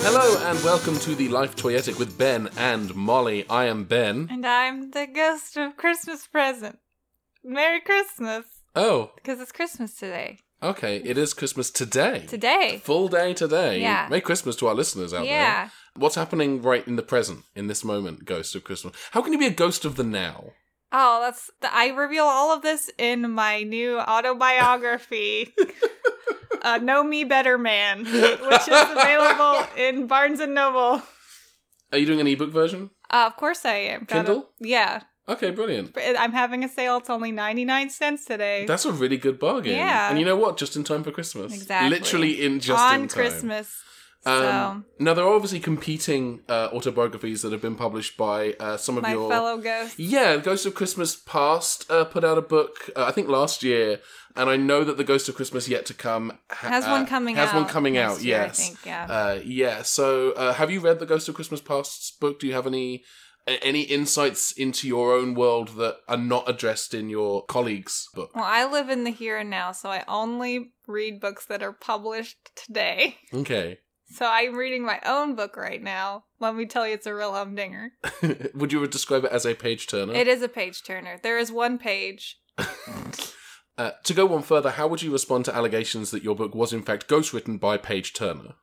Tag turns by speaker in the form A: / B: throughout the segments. A: Hello and welcome to the Life Toyetic with Ben and Molly. I am Ben.
B: And I'm the ghost of Christmas present. Merry Christmas!
A: Oh,
B: Because it's Christmas today.
A: okay. It is Christmas today.
B: Today.
A: Full day today.
B: Yeah.
A: Merry Christmas to our listeners out there.
B: Yeah.
A: What's happening right in the present, in this moment, Ghost of Christmas? How can you be a ghost of the now?
B: Oh, that's. I reveal all of this in my new autobiography, uh, Know Me Better Man, which is available in Barnes and Noble.
A: Are you doing an ebook version?
B: Uh, of course I am. Gotta-
A: Kindle?
B: Yeah.
A: Okay, brilliant.
B: I'm having a sale. It's only 99 cents today.
A: That's a really good bargain.
B: Yeah.
A: And you know what? Just in time for Christmas.
B: Exactly.
A: Literally in just
B: On
A: in time.
B: Christmas.
A: Um, Now, there are obviously competing uh, autobiographies that have been published by uh, some
B: so,
A: of
B: my
A: your
B: fellow ghosts.
A: Yeah, The Ghost of Christmas Past uh, put out a book, uh, I think last year, and I know that The Ghost of Christmas Yet to Come ha-
B: Has one
A: uh,
B: coming
A: has
B: out.
A: one coming
B: next
A: out.
B: year,
A: yes,
B: I think, yeah.
A: uh, yeah. So, uh, have you read The Ghost of Christmas Past's book? Do you have any a- any insights into your own world that are not addressed in your colleague's book?
B: Well, I live in the here and now, so I only read books that are published today.
A: Okay.
B: So I'm reading my own book right now. Let me tell you, it's a real humdinger.
A: Would you describe it as a page turner?
B: It is a page turner. There is one page.
A: Uh, to go one further, how would you respond to allegations that your book was in fact ghostwritten by Page Turner?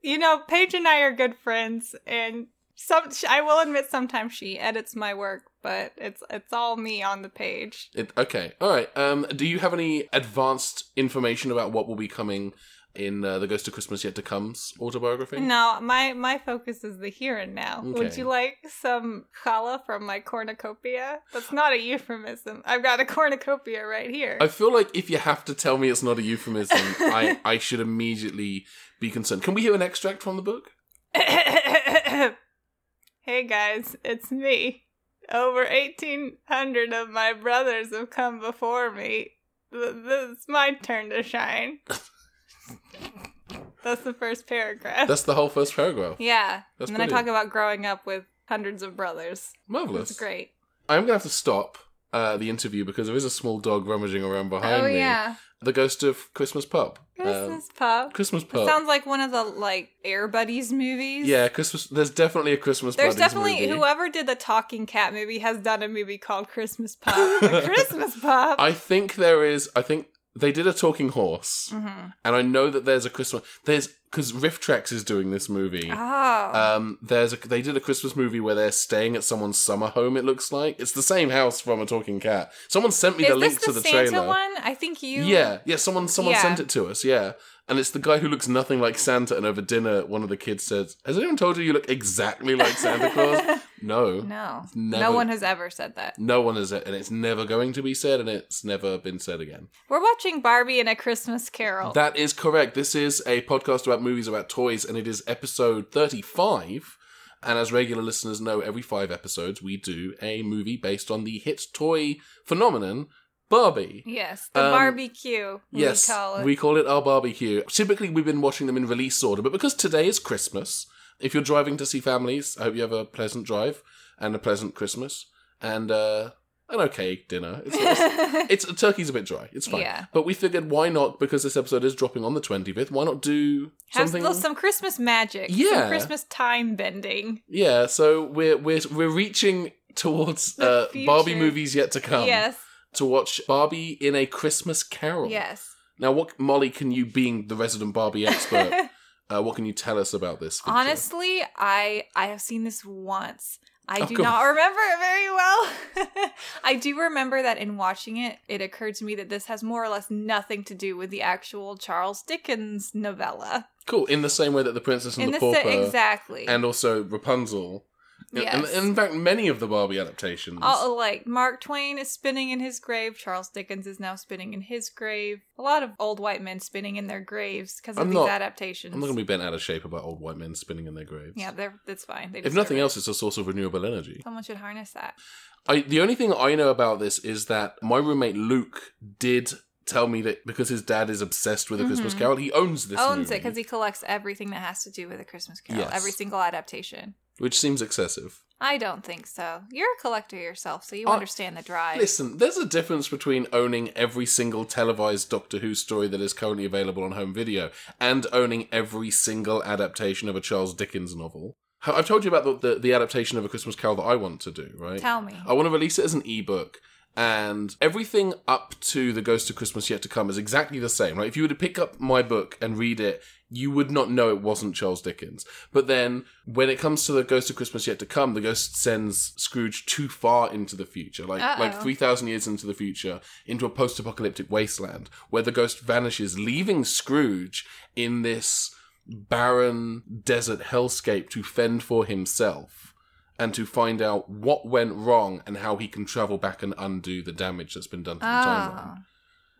B: You know, Paige and I are good friends, and some sh- I will admit sometimes she edits my work, but it's it's all me on the page.
A: It, okay, all right. Um, do you have any advanced information about what will be coming in uh, the Ghost of Christmas Yet to Come's autobiography?
B: No, my my focus is the here and now. Would
A: Okay.
B: you like some challah from my cornucopia? That's not a euphemism. I've got a cornucopia right here.
A: I feel like if you have to tell me it's not a euphemism, I, I should immediately be concerned. Can we hear an extract from the book?
B: hey guys, it's me. Over 1800 of my brothers have come before me. Th- This is my turn to shine. That's the first paragraph.
A: That's the whole first paragraph.
B: yeah.
A: That's
B: and then I
A: brilliant.
B: talk about growing up with hundreds of brothers.
A: Marvelous.
B: That's great.
A: I'm gonna have to stop uh, the interview because there is a small dog rummaging around behind
B: oh,
A: me.
B: yeah.
A: The Ghost of Christmas Pup. Um,
B: Christmas Pup.
A: Christmas
B: That
A: Pup.
B: sounds like one of the, like, Air Buddies movies.
A: yeah, Christmas. There's definitely a Christmas.
B: There's
A: Buddies
B: definitely
A: movie.
B: whoever did the talking cat movie has done a movie called Christmas Pup. Christmas Pup.
A: I think there is. I think they did a talking horse,
B: Mhm.
A: and I know that there's a Christmas. There's because Riff Trax is doing this movie.
B: Oh.
A: Um, there's a, they did a Christmas movie where they're staying at someone's summer home. It looks like it's the same house from a talking cat. Someone sent me the
B: Is
A: link
B: this
A: to
B: the,
A: the
B: Santa
A: trailer.
B: one? I think you.
A: Yeah, yeah. Someone, someone
B: Yeah.
A: sent it to us. Yeah, and it's the guy who looks nothing like Santa. And over dinner, one of the kids says, "Has anyone told you you look exactly like Santa Claus?" no,
B: No.
A: never- Mm.
B: No one has ever said that.
A: no one has, and it's never going to be said, and it's never been said again.
B: We're watching Barbie and a Christmas Carol.
A: That is correct. This is a podcast about movies about toys, and it is episode 35. And as regular listeners know, every five episodes we do a movie based on the hit toy phenomenon, Barbie.
B: yes, the
A: Um,
B: barbecue. We
A: yes,
B: call it.
A: we call it our barbecue. Typically, we've been watching them in release order, but because today is Christmas, if you're driving to see families, I hope you have a pleasant drive and a pleasant Christmas and uh, an okay dinner. It's, it's it's turkey's a bit dry. It's fine.
B: Yeah.
A: But we figured why not because this episode is dropping on the 25th. Why not do
B: Have
A: something?
B: some- some Christmas magic.
A: Yeah.
B: Some Christmas time bending.
A: yeah. So we're we're we're reaching towards uh,
B: The future.
A: Barbie movies yet to come.
B: yes.
A: To watch Barbie in a Christmas Carol.
B: Yes.
A: Now, what Molly? Can you, being the resident Barbie expert, uh, what can you tell us about this? feature?
B: Honestly, I I have seen this once. I
A: Oh,
B: do
A: come
B: not
A: on.
B: remember it very well. I do remember that in watching it, it occurred to me that this has more or less nothing to do with the actual Charles Dickens novella.
A: Cool. In the same way that the Princess and
B: In
A: the
B: this
A: Pauper,
B: exactly.
A: and also Rapunzel,
B: Yes.
A: and, and in fact many of the Barbie adaptations.
B: all, like Mark Twain is spinning in his grave. Charles Dickens is now spinning in his grave. A lot of old white men spinning in their graves because of
A: I'm
B: these
A: not-
B: adaptations.
A: I'm not going to be bent out of shape about old white men spinning in their graves.
B: yeah, they're, that's fine. They
A: If
B: deserve
A: nothing
B: it.
A: else, it's a source of renewable energy.
B: someone should harness that.
A: I, the only thing I know about this is that my roommate Luke did tell me that because his dad is obsessed with a Christmas
B: Mhm.
A: Carol, he owns this.
B: Owns it
A: movie,
B: because he collects everything that has to do with a Christmas Carol,
A: Yes.
B: every single adaptation.
A: which seems excessive.
B: I don't think so. You're a collector yourself, so you
A: Oh,
B: understand the drive.
A: Listen, there's a difference between owning every single televised Doctor Who story that is currently available on home video and owning every single adaptation of a Charles Dickens novel. Ho- I've told you about the, the, the adaptation of A Christmas Carol that I want to do, right?
B: Tell me.
A: I want to release it as an ebook. And everything up to The Ghost of Christmas Yet to Come is exactly the same, right? If you were to pick up my book and read it, you would not know it wasn't Charles Dickens. But then when it comes to The Ghost of Christmas Yet to Come, the ghost sends Scrooge too far into the future, like
B: Uh-oh.
A: like 3,000 years into the future, into a post apocalyptic wasteland where the ghost vanishes, leaving Scrooge in this barren desert hellscape to fend for himself and to find out what went wrong and how he can travel back and undo the damage that's been done to the
B: Oh.
A: timeline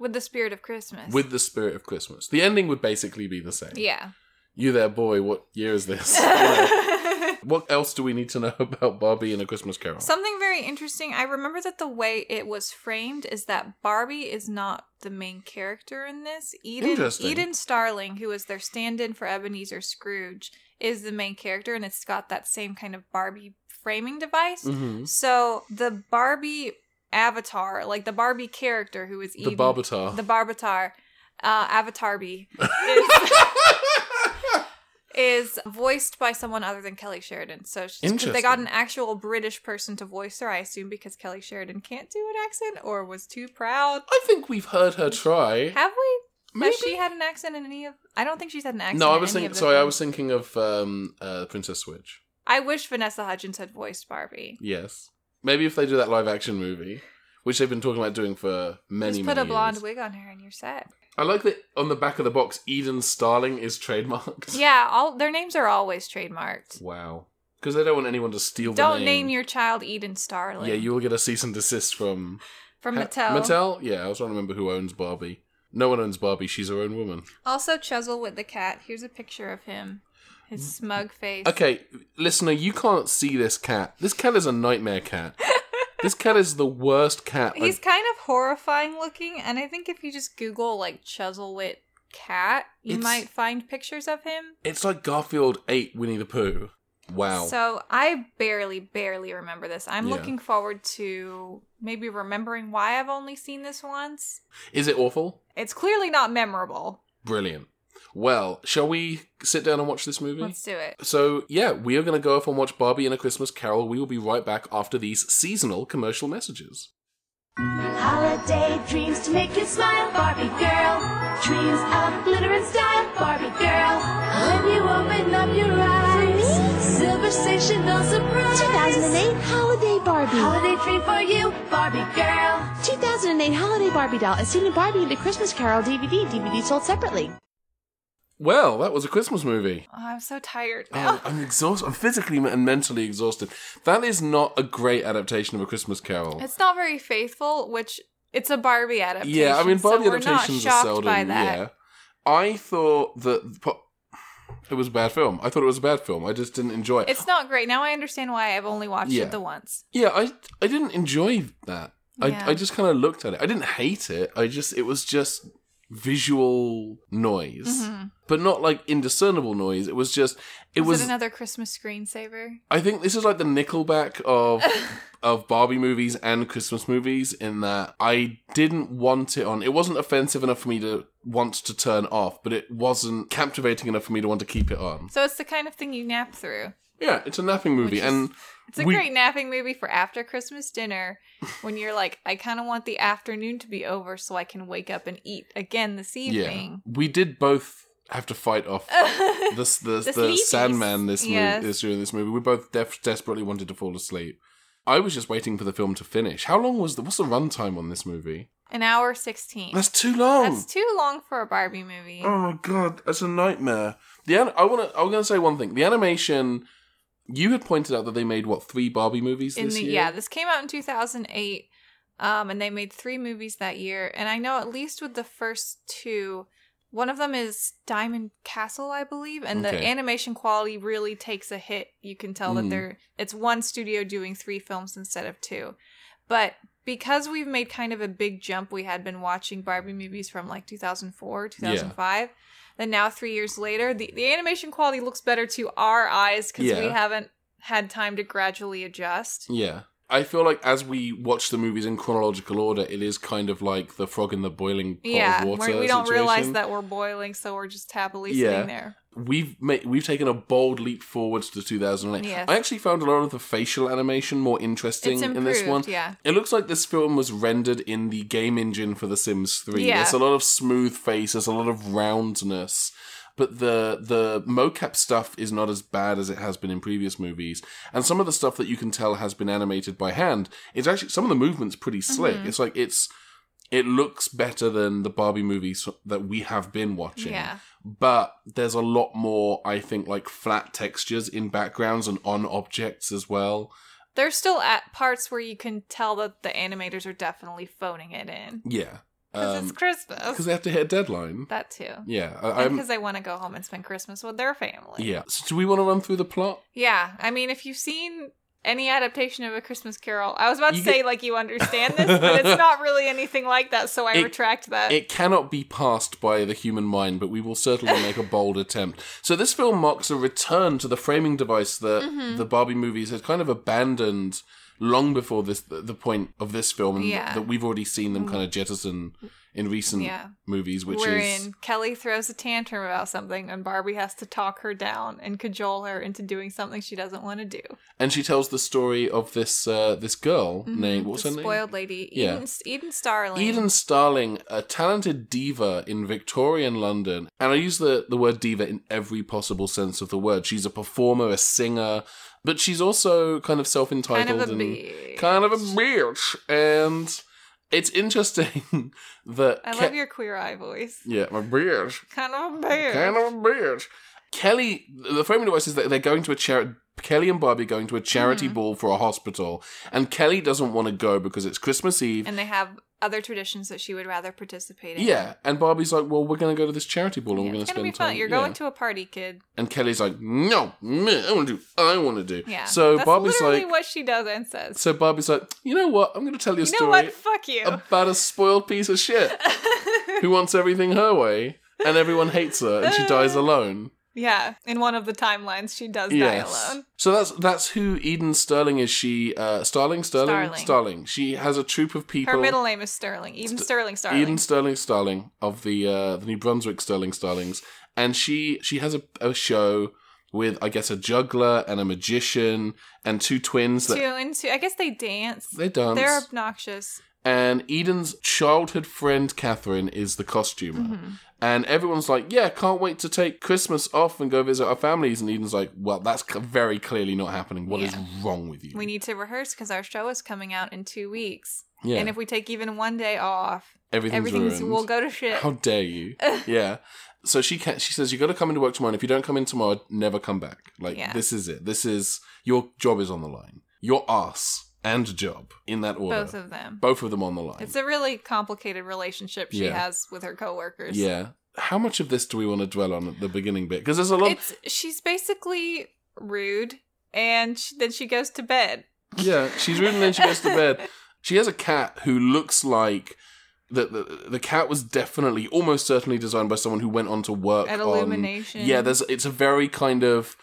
B: With the spirit of Christmas.
A: with the spirit of Christmas. The ending would basically be the same.
B: Yeah.
A: You there, boy, what year is this? You know, what else do we need to know about Barbie and A Christmas Carol?
B: Something very interesting. I remember that the way it was framed is that Barbie is not the main character in this. Eden
A: Interesting.
B: Eden Starling, who is their stand-in for Ebenezer Scrooge, is the main character, and it's got that same kind of Barbie framing device.
A: hmm
B: So the Barbie avatar, like the Barbie character who is
A: The
B: Eden,
A: Barbatar.
B: the Barbatar, uh, Avatar B, is, is voiced by someone other than Kelly Sheridan. So she's, 'cause they got
A: Interesting.
B: an actual British person to voice her, I assume, because Kelly Sheridan can't do an accent or was too proud.
A: I think we've heard her try.
B: Have we?
A: Maybe.
B: Has she had an accent in any of? I don't think she's had an accent.
A: no, I
B: in
A: was
B: any of
A: thinking.
B: the
A: Sorry, I
B: films.
A: was thinking of um, uh, Princess Switch.
B: I wish Vanessa Hudgens had voiced Barbie.
A: Yes, maybe if they do that live action movie, which they've been talking about doing for many,
B: Just put
A: many
B: a blonde
A: years.
B: wig on her and you're set.
A: I like that on the back of the box, Eden Starling is trademarked.
B: Yeah, all their names are always trademarked.
A: Wow. Because they don't want anyone to steal the
B: Don't
A: name.
B: name your child Eden Starling.
A: Yeah, you will get a cease and desist from
B: from
A: Ha-
B: Mattel.
A: Mattel? Yeah, I was trying to remember who owns Barbie. No one owns Barbie, she's her own woman.
B: Also, Chuzzle with the cat. Here's a picture of him. His smug face.
A: Mm, Okay, listener, you can't see this cat. This cat is a nightmare cat. this cat is the worst cat. I've-
B: He's kind of horrifying looking, and I think if you just Google like Chuzzlewit cat, you
A: It's-
B: might find pictures of him.
A: It's like Garfield ate Winnie the Pooh. Wow.
B: So I barely, barely remember this. I'm
A: Yeah.
B: looking forward to maybe remembering why I've only seen this once.
A: is it awful?
B: It's clearly not memorable.
A: Brilliant. Well, shall we sit down and watch this movie?
B: Let's do it.
A: So, yeah, we are going to go off and watch Barbie and a Christmas Carol. We will be right back after these seasonal commercial messages.
C: Holiday dreams to make you smile, Barbie girl. Dreams of glitter and style, Barbie girl. When you open up your eyes, silver sensational surprise.
D: 2008 Holiday Barbie.
C: Holiday dream for you, Barbie girl.
D: 2008 Holiday Barbie doll is seen in Barbie and the Christmas Carol DVD. DVD sold separately.
A: Well, that was a Christmas movie.
B: Oh, I'm so tired
A: Oh,
B: now.
A: I'm exhausted. I'm physically and mentally exhausted. That is not a great adaptation of A Christmas Carol.
B: It's not very faithful, which it's a Barbie adaptation.
A: yeah, I mean, Barbie
B: so
A: adaptations
B: we're
A: are
B: not shocked
A: seldom.
B: by that.
A: Yeah, I thought that po- it was a bad film. I thought it was a bad film. I just didn't enjoy it.
B: It's not great. Now I understand why I've only watched
A: Yeah.
B: it the once.
A: yeah, I I didn't enjoy that.
B: Yeah.
A: I I just kind of looked at it. I didn't hate it. I just it was just visual noise, but not like indiscernible noise. It was just it
B: Mm-hmm. Was,
A: was.
B: it another Christmas screensaver?
A: I think this is like the Nickelback of of Barbie movies and Christmas movies in that I didn't want it on. It wasn't offensive enough for me to want to turn off, but it wasn't captivating enough for me to want to keep it on.
B: So it's the kind of thing you nap through.
A: Yeah, it's a napping movie
B: Which is-
A: and
B: It's a
A: We-
B: great napping movie for after Christmas dinner when you're like, I kind of want the afternoon to be over so I can wake up and eat again this
A: yeah.
B: evening.
A: We did both have to fight off this the, the,
B: The sleepies.
A: Sandman this
B: Yes.
A: movie this during this movie. We both def- desperately wanted to fall asleep. I was just waiting for the film to finish. How long was the what's the runtime on this movie?
B: An hour 16.
A: That's too long.
B: That's too long for a Barbie movie.
A: Oh my god, that's a nightmare. The an- I want to. I was going to say one thing. The animation. You had pointed out that they made what three Barbie movies
B: in
A: this
B: the
A: year.
B: yeah this came out in 2008 um and they made three movies that year and i know at least with the first two one of them is diamond castle i believe and the
A: Okay.
B: animation quality really takes a hit you can tell that
A: Mm.
B: they're it's one studio doing three films instead of two but because we've made kind of a big jump, we had been watching Barbie movies from like 2004, 2005. Then now, three years later, the, the animation quality looks better to our eyes because we
A: Yeah.
B: haven't had time to gradually adjust.
A: Yeah. I feel like as we watch the movies in chronological order, it is kind of like the frog in the boiling pot
B: Yeah,
A: of water.
B: we're- we don't
A: situation.
B: realize that we're boiling, so we're just happily
A: Yeah.
B: sitting there.
A: we've made, we've taken a bold leap forwards to 2008.
B: Yes.
A: I actually found a lot of the facial animation more interesting
B: It's
A: in this one.
B: improved, yeah.
A: It looks like this film was rendered in the game engine for The Sims 3.
B: Yeah.
A: There's a lot of smooth face, there's a lot of roundness. But the the mocap stuff is not as bad as it has been in previous movies, and some of the stuff that you can tell has been animated by hand is actually some of the movements pretty slick.
B: Mm-hmm.
A: It's like it's it looks better than the Barbie movies that we have been watching
B: Yeah.
A: but there's a lot more i think like flat textures in backgrounds and on objects as well
B: There's still at parts where you can tell that the animators are definitely phoning it in
A: yeah
B: because
A: because
B: it's Christmas.
A: they have to hit a deadline
B: that too.
A: Um, yeah I,
B: And
A: i'm
B: because they want to go home and spend Christmas with their family.
A: yeah so do we want to run through the plot
B: Yeah, I mean, if you've seen any adaptation of A Christmas Carol, I was about to
A: You
B: say
A: get-
B: like you understand this, but it's not really anything like that, so I
A: It-
B: retract that.
A: It cannot be passed by the human mind, but we will certainly make a bold attempt. So this film marks a return to the framing device that
B: Mm-hmm.
A: the Barbie movies had kind of abandoned long before this the the point of this film and
B: Yeah. Mm-hmm.
A: that we've already seen them kind of jettison in recent
B: Yeah.
A: movies which is
B: Wherein Kelly throws a tantrum about something, and Barbie has to talk her down and cajole her into doing something she doesn't want to do.
A: and she tells the story of this uh, this girl named what's
B: Mm-hmm.
A: her
B: the
A: name?
B: spoiled lady,
A: Yeah.
B: Eden, Eden Starling.
A: Eden Starling, a talented diva in Victorian London, and I use the, the word diva in every possible sense of the word. She's a performer, a singer, but she's also kind of self
B: kind of
A: entitled
B: a
A: and
B: bitch.
A: kind of a bitch. And it's interesting that
B: I
A: Ke-
B: love your queer eye voice.
A: yeah, my bitch.
B: Kind of a bitch.
A: Kind of a bitch. Kelly, the framing device is that they're going to a charity. Kelly and Barbie are going to a
B: Mm-hmm.
A: charity ball for a hospital, and Kelly doesn't want to go because it's Christmas Eve.
B: and they have other traditions that she would rather participate in.
A: yeah, and Barbie's like, "Well, we're going to go to this charity ball, and
B: Yeah,
A: we're going
B: it's
A: to
B: gonna
A: spend
B: be fun.
A: time."
B: You're
A: yeah.
B: going to a party, kid.
A: and Kelly's like, "No, meh, I want to do. I want to do."
B: Yeah.
A: So
B: That's
A: Barbie's
B: literally
A: like,
B: what she does and says.
A: "So Barbie's like, you know what? I'm going to tell you a
B: you know
A: story
B: what? Fuck you.
A: about a spoiled piece of shit who wants everything her way, and everyone hates her, and she dies alone."
B: yeah. In one of the timelines, she does die alone.
A: So that's that's who Eden Sterling is. She uh, Starling, Sterling,
B: Starling.
A: Starling. She has a troop of people.
B: Her middle name is Sterling. Eden Sterling Starling.
A: Eden Sterling, Starling of the uh, the New Brunswick Sterling Starlings, and she she has a, a show with I guess a juggler and a magician and two twins
B: Two
A: that
B: and two. I guess they dance.
A: they dance.
B: They're obnoxious.
A: and Eden's childhood friend Catherine is the costumer.
B: Mm-hmm.
A: And everyone's like, yeah, can't wait to take Christmas off and go visit our families. And Eden's like, well, that's c- very clearly not happening. What is wrong with you?
B: We need to rehearse because our show is coming out in two weeks.
A: Yeah.
B: And if we take even one day off,
A: Everything's
B: everything's
A: ruined.
B: will go to shit.
A: How dare you? yeah. So she can she says you got to come into work tomorrow. And if you don't come in tomorrow, never come back. Like
B: Yeah.
A: this is it. This is your job is on the line. Your ass and job in that order.
B: both of them.
A: Both of them on the line.
B: It's a really complicated relationship she
A: Yeah.
B: has with her coworkers.
A: yeah. How much of this do we want to dwell on at the beginning bit? Because there's a lot.
B: It's she's basically rude and she, then she goes to bed.
A: yeah, she's rude and then she goes to bed. She has a cat who looks like the, the the cat was definitely almost certainly designed by someone who went on to work
B: At
A: on-
B: Illumination.
A: yeah, there's it's a very kind of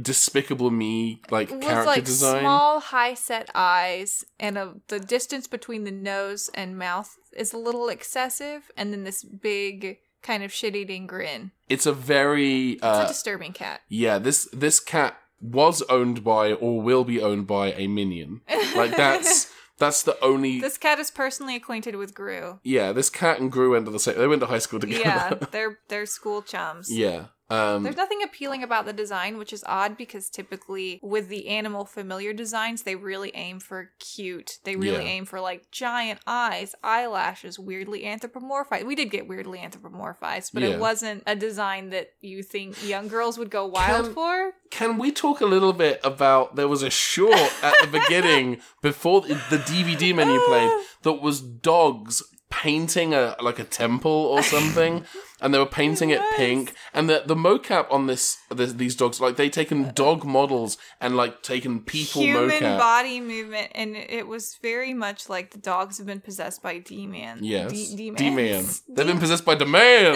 A: despicable me like
B: With
A: character
B: like
A: design.
B: small high set eyes and a, the distance between the nose and mouth is a little excessive and then this big kind of shit eating grin.
A: It's a very
B: It's
A: uh,
B: a disturbing cat.
A: yeah. This this cat was owned by or will be owned by a minion. Like that's that's the only.
B: This cat is personally acquainted with Gru.
A: yeah, this cat and Gru went to the same. They went to high school together.
B: Yeah, they're they're school chums.
A: yeah. Um,
B: There's nothing appealing about the design, which is odd because typically with the animal familiar designs, they really aim for cute. They really
A: Yeah.
B: aim for like giant eyes, eyelashes, weirdly anthropomorphized. We did get weirdly anthropomorphized, but
A: Yeah.
B: it wasn't a design that you think young girls would go wild
A: Can-
B: for.
A: Can we talk a little bit about there was a short at the beginning before the the DVD menu played that was dogs painting a like a temple or something, and they were painting it, pink. And the the mocap on this, this these dogs like they taken dog models and like taken people
B: Human
A: mocap.
B: body movement, and it was very much like the dogs have been possessed by D-Man.
A: Yes,
B: D-
A: D man.
B: D-Mans.
A: They've been possessed by the man,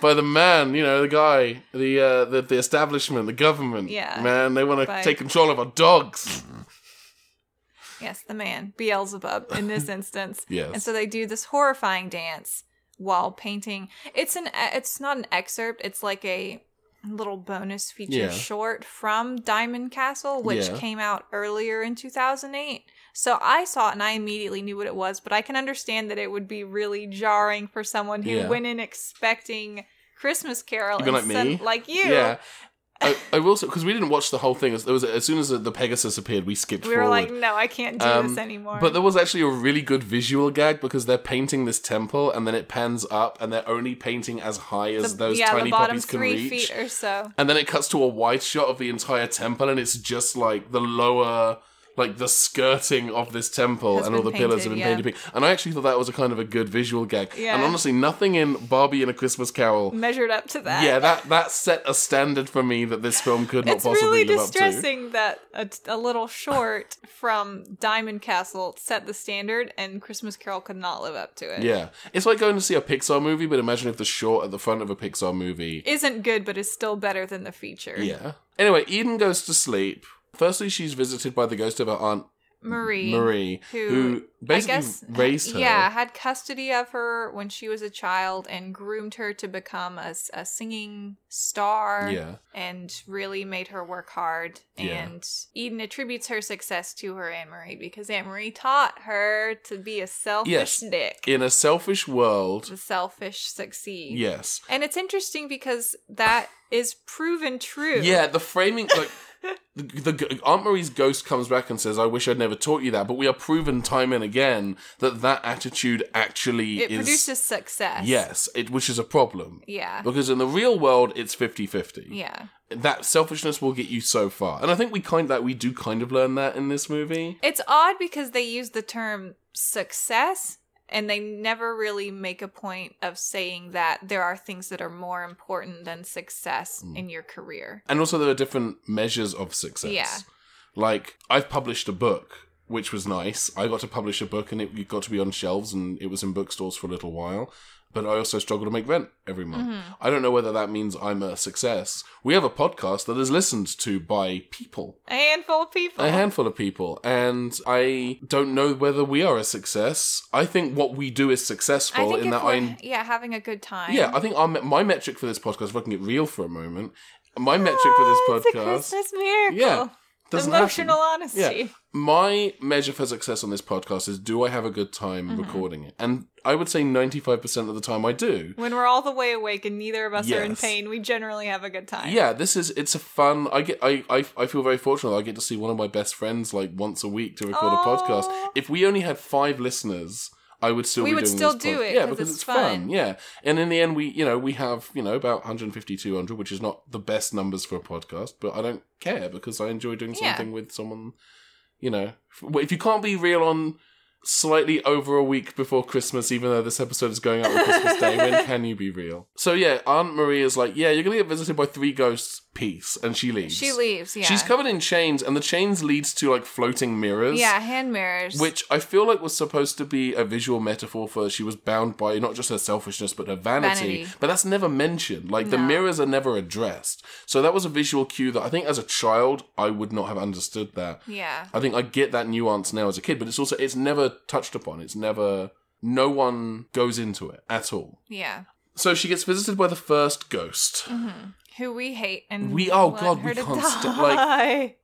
A: by the man. You know, the guy, the uh, the, the establishment, the government.
B: Yeah.
A: man, they want to
B: By-
A: take control of our dogs.
B: Yes, the man, Beelzebub, in this instance.
A: Yes.
B: And so they do this horrifying dance while painting. It's an e, it's not an excerpt. It's like a little bonus feature
A: Yeah.
B: short from Diamond Castle, which
A: Yeah.
B: came out earlier in 2008. So I saw it and I immediately knew what it was, but I can understand that it would be really jarring for someone who
A: Yeah.
B: went in expecting Christmas Carol
A: You've been
B: and
A: like
B: some-
A: me?
B: like you.
A: Yeah. I, I will say because we didn't watch the whole thing. There was as soon as the Pegasus appeared, we skipped.
B: We were
A: forward.
B: like, no, I can't do
A: Um,
B: this anymore.
A: But there was actually a really good visual gag because they're painting this temple and then it pans up and they're only painting as high as those
B: yeah,
A: tiny
B: the bottom
A: puppies can
B: three
A: reach.
B: feet or so.
A: And then it cuts to a wide shot of the entire temple and it's just like the lower like the skirting of this temple
B: Has
A: and all the
B: been
A: pillars have
B: painted,
A: been
B: yeah.
A: painted pink. And I actually thought that was a kind of a good visual gag.
B: Yeah.
A: And honestly, nothing in Barbie and a Christmas Carol
B: measured up to that.
A: yeah, that that set a standard for me that this film could not
B: it's
A: possibly
B: really
A: live up to.
B: distressing that a, a little short from Diamond Castle set the standard, and Christmas Carol could not live up to it.
A: Yeah. It's like going to see a Pixar movie, but imagine if the short at the front of a Pixar movie
B: isn't good, but is still better than the feature.
A: Yeah. Anyway, Eden goes to sleep. Firstly, she's visited by the ghost of her aunt
B: Marie,
A: Marie, who,
B: who,
A: basically
B: I guess,
A: raised her.
B: Yeah, had custody of her when she was a child and groomed her to become a, s- a singing star.
A: Yeah.
B: and really made her work hard.
A: Yeah.
B: And Eden attributes her success to her Anne Marie because Anne Marie taught her to be a selfish
A: Yes.
B: dick.
A: In a selfish world,
B: the selfish succeed.
A: yes.
B: And it's interesting because that is proven true.
A: Yeah, the framing, like, the, the Aunt Marie's ghost comes back and says, I wish I'd never taught you that, but we are proven time and again that that attitude actually
B: It
A: is.
B: produces success.
A: Yes, it, which is a problem.
B: Yeah.
A: Because in the real world, it's 50 50.
B: Yeah.
A: That selfishness will get you so far. And I think we kind that we do kind of learn that in this movie.
B: It's odd because they use the term success and they never really make a point of saying that there are things that are more important than success
A: Mm.
B: in your career.
A: And also, there are different measures of success.
B: Yeah.
A: Like, I've published a book, which was nice. I got to publish a book and it got to be on shelves and it was in bookstores for a little while. But I also struggle to make rent every month.
B: Mm-hmm.
A: I don't know whether that means I'm a success. We have a podcast that is listened to by people,
B: A handful of people.
A: a handful of people. And I don't know whether we are a success. I think what we do is
B: I
A: successful
B: think
A: in
B: if
A: that
B: we're,
A: I
B: yeah, having a good time.
A: yeah, I think our, me- my metric for this podcast, if I can get real for a moment, my metric for this
B: Oh,
A: podcast.
B: It's a Christmas miracle.
A: Yeah. doesn't
B: Emotional
A: happen.
B: honesty.
A: Yeah. My measure for success on this podcast is do I have a good time
B: Mm-hmm.
A: recording it? And I would say 95% of the time I do.
B: When we're all the way awake and neither of us are in
A: Yes.
B: pain, we generally have a good time.
A: Yeah, this is it's a fun. I get I, I I feel very fortunate. I get to see one of my best friends like once a week to record a podcast.
B: Aw.
A: If we only had five listeners, I would still
B: We
A: be
B: would
A: doing
B: still
A: this
B: do
A: pod-
B: it,
A: Yeah,
B: 'cause
A: because
B: it's
A: it's fun.
B: fun.
A: Yeah, and in the end, we you know we have you know about 150, 200, which is not the best numbers for a podcast, but I don't care because I enjoy doing
B: Yeah.
A: something with someone. You know, If- if you can't be real on slightly over a week before Christmas, even though this episode is going out on Christmas Day. When can you be real? So yeah, Aunt Marie is like, yeah, you're gonna get visited by three ghosts. Peace, and she leaves.
B: She leaves, yeah.
A: She's covered in chains, and the chains leads to like floating mirrors.
B: Yeah, hand mirrors.
A: Which I feel like was supposed to be a visual metaphor for she was bound by not just her selfishness but her vanity.
B: Vanity.
A: But that's never mentioned. Like the
B: No.
A: mirrors are never addressed. So that was a visual cue that I think as a child I would not have understood that.
B: Yeah.
A: I think I get that nuance now as a kid, but it's also it's never touched upon. It's never no one goes into it at all.
B: Yeah.
A: So she gets visited by the first ghost.
B: Mm-hmm. Who we hate and
A: We- oh,
B: want
A: God,
B: her
A: we
B: to
A: can't sta-
B: die.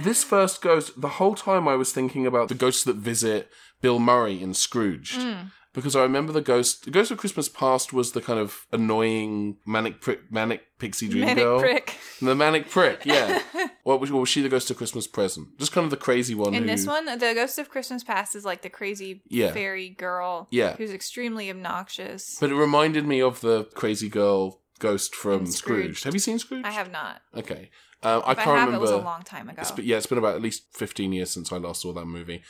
A: This first ghost, the whole time I was thinking about the ghosts that visit Bill Murray in Scrooge.
B: Mm.
A: Because I remember the ghost, the ghost of Christmas past was the kind of annoying manic prick, manic pixie dream
B: Manic
A: girl,
B: prick.
A: the manic prick, yeah. what was, or was she the ghost of Christmas present? Just kind of the crazy one.
B: In
A: who,
B: this one, the Ghost of Christmas Past is like the crazy
A: Yeah.
B: fairy girl
A: Yeah.
B: who's extremely obnoxious.
A: But it reminded me of the crazy girl ghost from Scrooge.
B: Scrooge.
A: Have you seen Scrooge?
B: I have not.
A: Okay. Um, I
B: If I,
A: can't
B: have,
A: remember.
B: it was a long time ago.
A: It's been- yeah, it's been about at least fifteen years since I last saw that movie.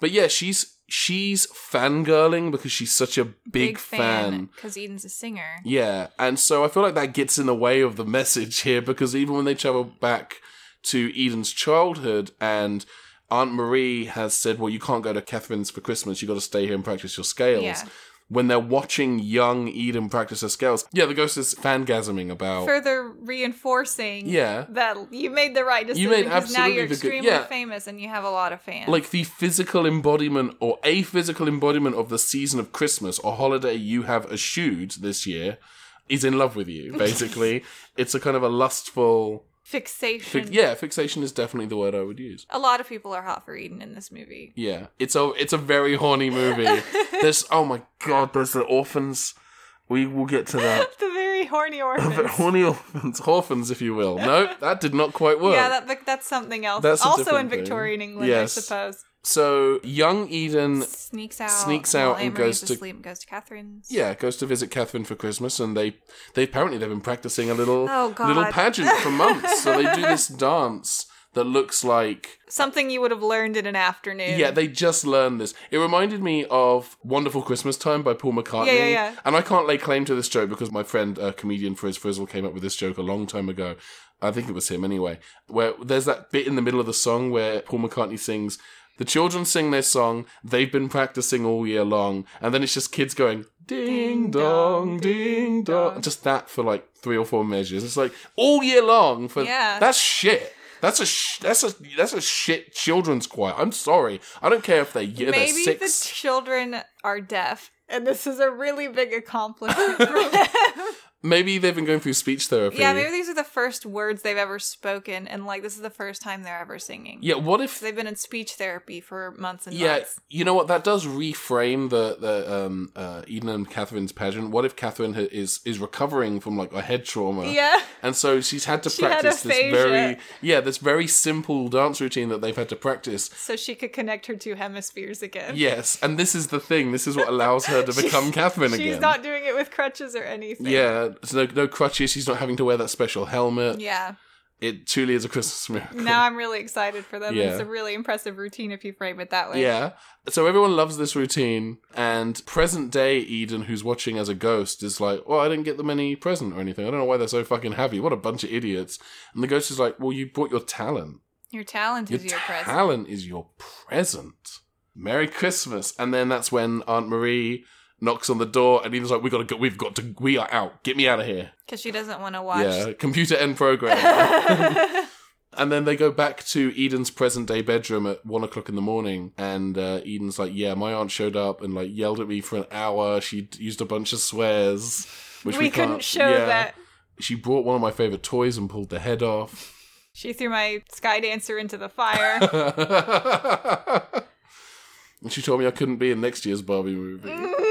A: But yeah, she's she's fangirling because she's such a big, fan.
B: because Eden's a singer.
A: Yeah, and so I feel like that gets in the way of the message here because even when they travel back to Eden's childhood and Aunt Marie has said, "Well, you can't go to Catherine's for Christmas. You got to stay here and practice your scales."
B: Yeah.
A: When they're watching young Eden practice her scales, yeah, the ghost is fangasming about.
B: Further reinforcing
A: Yeah.
B: that you made the right decision
A: made
B: because now
A: absolutely
B: you're
A: the good-
B: extremely
A: yeah.
B: famous and you have a lot of fans.
A: like the physical embodiment or a physical embodiment of the season of Christmas or holiday you have eschewed this year is in love with you, basically. it's a kind of a lustful.
B: fixation.
A: Fi- yeah, fixation is definitely the word I would use.
B: A lot of people are hot for Eden in this movie.
A: Yeah, it's a it's a very horny movie. there's oh my god, there's the orphans. We will get to that.
B: The very horny orphans.
A: horny orphans, orphans, if you will. No, that did not quite work.
B: yeah, that, that's something else.
A: That's a
B: also
A: different
B: in
A: thing.
B: Victorian England,
A: Yes.
B: I suppose.
A: so young Eden
B: Sneaks out.
A: Sneaks
B: while
A: out and
B: Amory's
A: goes to-
B: asleep, goes to Catherine's.
A: Yeah, goes to visit Catherine for Christmas, and they they apparently they've been practicing a little
B: Oh, God.
A: little pageant for months. so they do this dance that looks like
B: Something you would have learned in an afternoon.
A: yeah, they just learned this. It reminded me of Wonderful Christmas Time by Paul McCartney.
B: Yeah, yeah, yeah.
A: And I can't lay claim to this joke because my friend, uh, comedian Frizz Frizzle, came up with this joke a long time ago. I think it was him anyway. Where there's that bit in the middle of the song where Paul McCartney sings, The children sing their song, they've been practicing all year long. And then it's just kids going, Ding dong, ding dong. Just that for like three or four measures. It's like all year long for
B: Yeah.
A: that's shit. That's a sh- that's a that's a shit children's choir. I'm sorry. I don't care if they yeah they're
B: Maybe the
A: six.
B: children are deaf, and this is a really big accomplishment for them.
A: maybe they've been going through speech therapy.
B: yeah, maybe these are the first words they've ever spoken, and like this is the first time they're ever singing.
A: yeah. What if?
B: they've been in speech therapy for months and
A: yeah,
B: months.
A: you know what? That does reframe the the um, uh, Eden and Catherine's pageant. What if Catherine ha- is is recovering from like a head trauma?
B: Yeah.
A: and so she's had to
B: She had
A: practice this
B: aphasia.
A: very yeah this very simple dance routine that they've had to practice.
B: So she could connect her two hemispheres again.
A: Yes, and this is the thing. This is what allows her to become Catherine
B: She's
A: again.
B: not doing it with crutches or anything.
A: Yeah, so no, no crutches. She's not having to wear that special helmet.
B: Yeah.
A: It truly is a Christmas miracle.
B: Now I'm really excited for them.
A: Yeah.
B: It's a really impressive routine if you frame it that way.
A: yeah. So everyone loves this routine, and present day Eden, who's watching as a ghost, is like, "Well, I didn't get them any present or anything. I don't know why they're so fucking happy. What a bunch of idiots!" And the ghost is like, "Well, you brought your talent.
B: Your talent
A: Your,
B: is your present.
A: talent is your present. Merry Christmas!" And then that's when Aunt Marie knocks on the door, and Eden's like, "We gotta go. We've got to. We are out. Get me out of here."
B: Because she doesn't want to watch.
A: Yeah, computer end program. and then they go back to Eden's present day bedroom at one o'clock in the morning, and uh, Eden's like, "Yeah, my aunt showed up and like yelled at me for an hour. She d- used a bunch of swears, which we,
B: we couldn't
A: can't-
B: show
A: yeah.
B: that.
A: She brought one of my favorite toys and pulled the head off.
B: She threw my sky dancer into the fire.
A: and she told me I couldn't be in next year's Barbie movie.
B: Mm.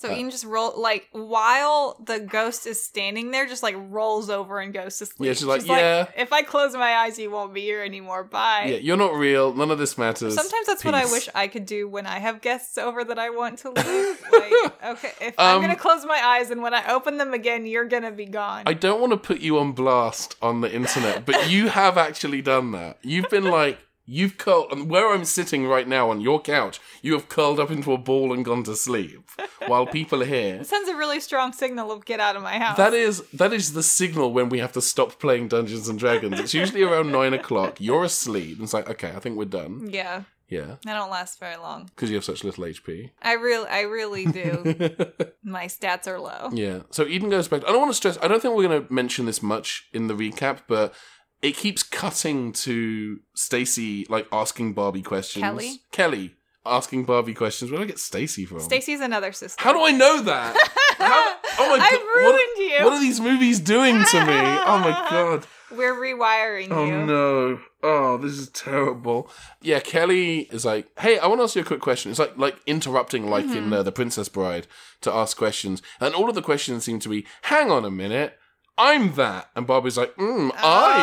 B: So Ian just roll like while the ghost is standing there, just like rolls over and goes to sleep.
A: Yeah, she's like, "Yeah."
B: if I close my eyes, you won't be here anymore. Bye.
A: Yeah, you're not real. None of this matters.
B: Sometimes that's what I
A: Peace.
B: wish I could do when I have guests over that I want to leave. like, okay, if
A: Um,
B: I'm gonna close my eyes and when I open them again, you're gonna be gone.
A: I don't want to put you on blast on the internet, but you have actually done that. You've been like, you've curled, and where I'm sitting right now on your couch, you have curled up into a ball and gone to sleep while people are here.
B: it sends a really strong signal of get out of my house.
A: That is that is the signal when we have to stop playing Dungeons and Dragons. It's usually around nine o'clock. You're asleep. And it's like, okay, I think we're done.
B: yeah,
A: Yeah,
B: I don't last very long.
A: because you have such little HP.
B: I really, I really do. my stats are low.
A: Yeah. So Eden goes back. I don't want to stress. I don't think we're going to mention this much in the recap, but it keeps cutting to Stacy like asking Barbie questions.
B: Kelly?
A: Kelly asking Barbie questions. Where did I get Stacy from?
B: Stacy's another sister.
A: How do I know that? How, oh my
B: I've
A: god! what-
B: ruined you.
A: What are these movies doing to me? Oh my god!
B: We're rewiring
A: Oh
B: you.
A: no! Oh, this is terrible. Yeah, Kelly is like, "Hey, I want to ask you a quick question." It's like like interrupting, like
B: Mm-hmm.
A: in uh, the Princess Bride, to ask questions, and all of the questions seem to be, "Hang on a minute, I'm that," and Barbie's like, mm, "Are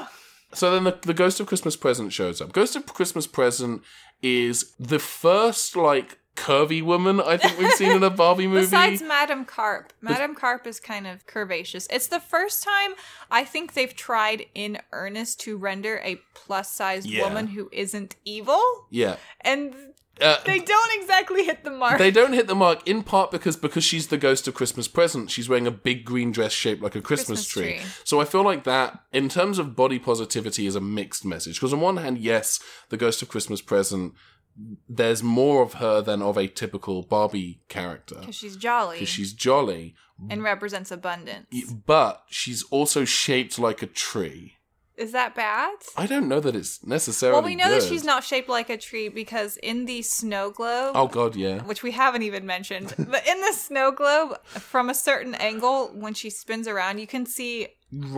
A: you?" So then the, the Ghost of Christmas Present shows up. Ghost of Christmas Present is the first like curvy woman I think we've seen in a Barbie movie.
B: Besides Madame Carp, Madame Carp is kind of curvaceous. It's the first time I think they've tried in earnest to render a plus sized
A: Yeah.
B: woman who isn't evil,
A: yeah.
B: and
A: Uh,
B: they don't exactly hit the mark.
A: they don't hit the mark in part because because she's the ghost of Christmas present, she's wearing a big green dress shaped like a Christmas,
B: Christmas
A: tree.
B: tree.
A: So I feel like that in terms of body positivity is a mixed message because on one hand, yes, the ghost of Christmas present there's more of her than of a typical Barbie character
B: 'Cause she's jolly
A: because she's jolly,
B: and represents abundance.
A: but she's also shaped like a tree.
B: Is that bad?
A: I don't know that it's necessarily
B: Well, we know that
A: good.
B: she's not shaped like a tree because in the snow globe,
A: Oh god, yeah.
B: which we haven't even mentioned, but in the snow globe, from a certain angle, when she spins around, you can see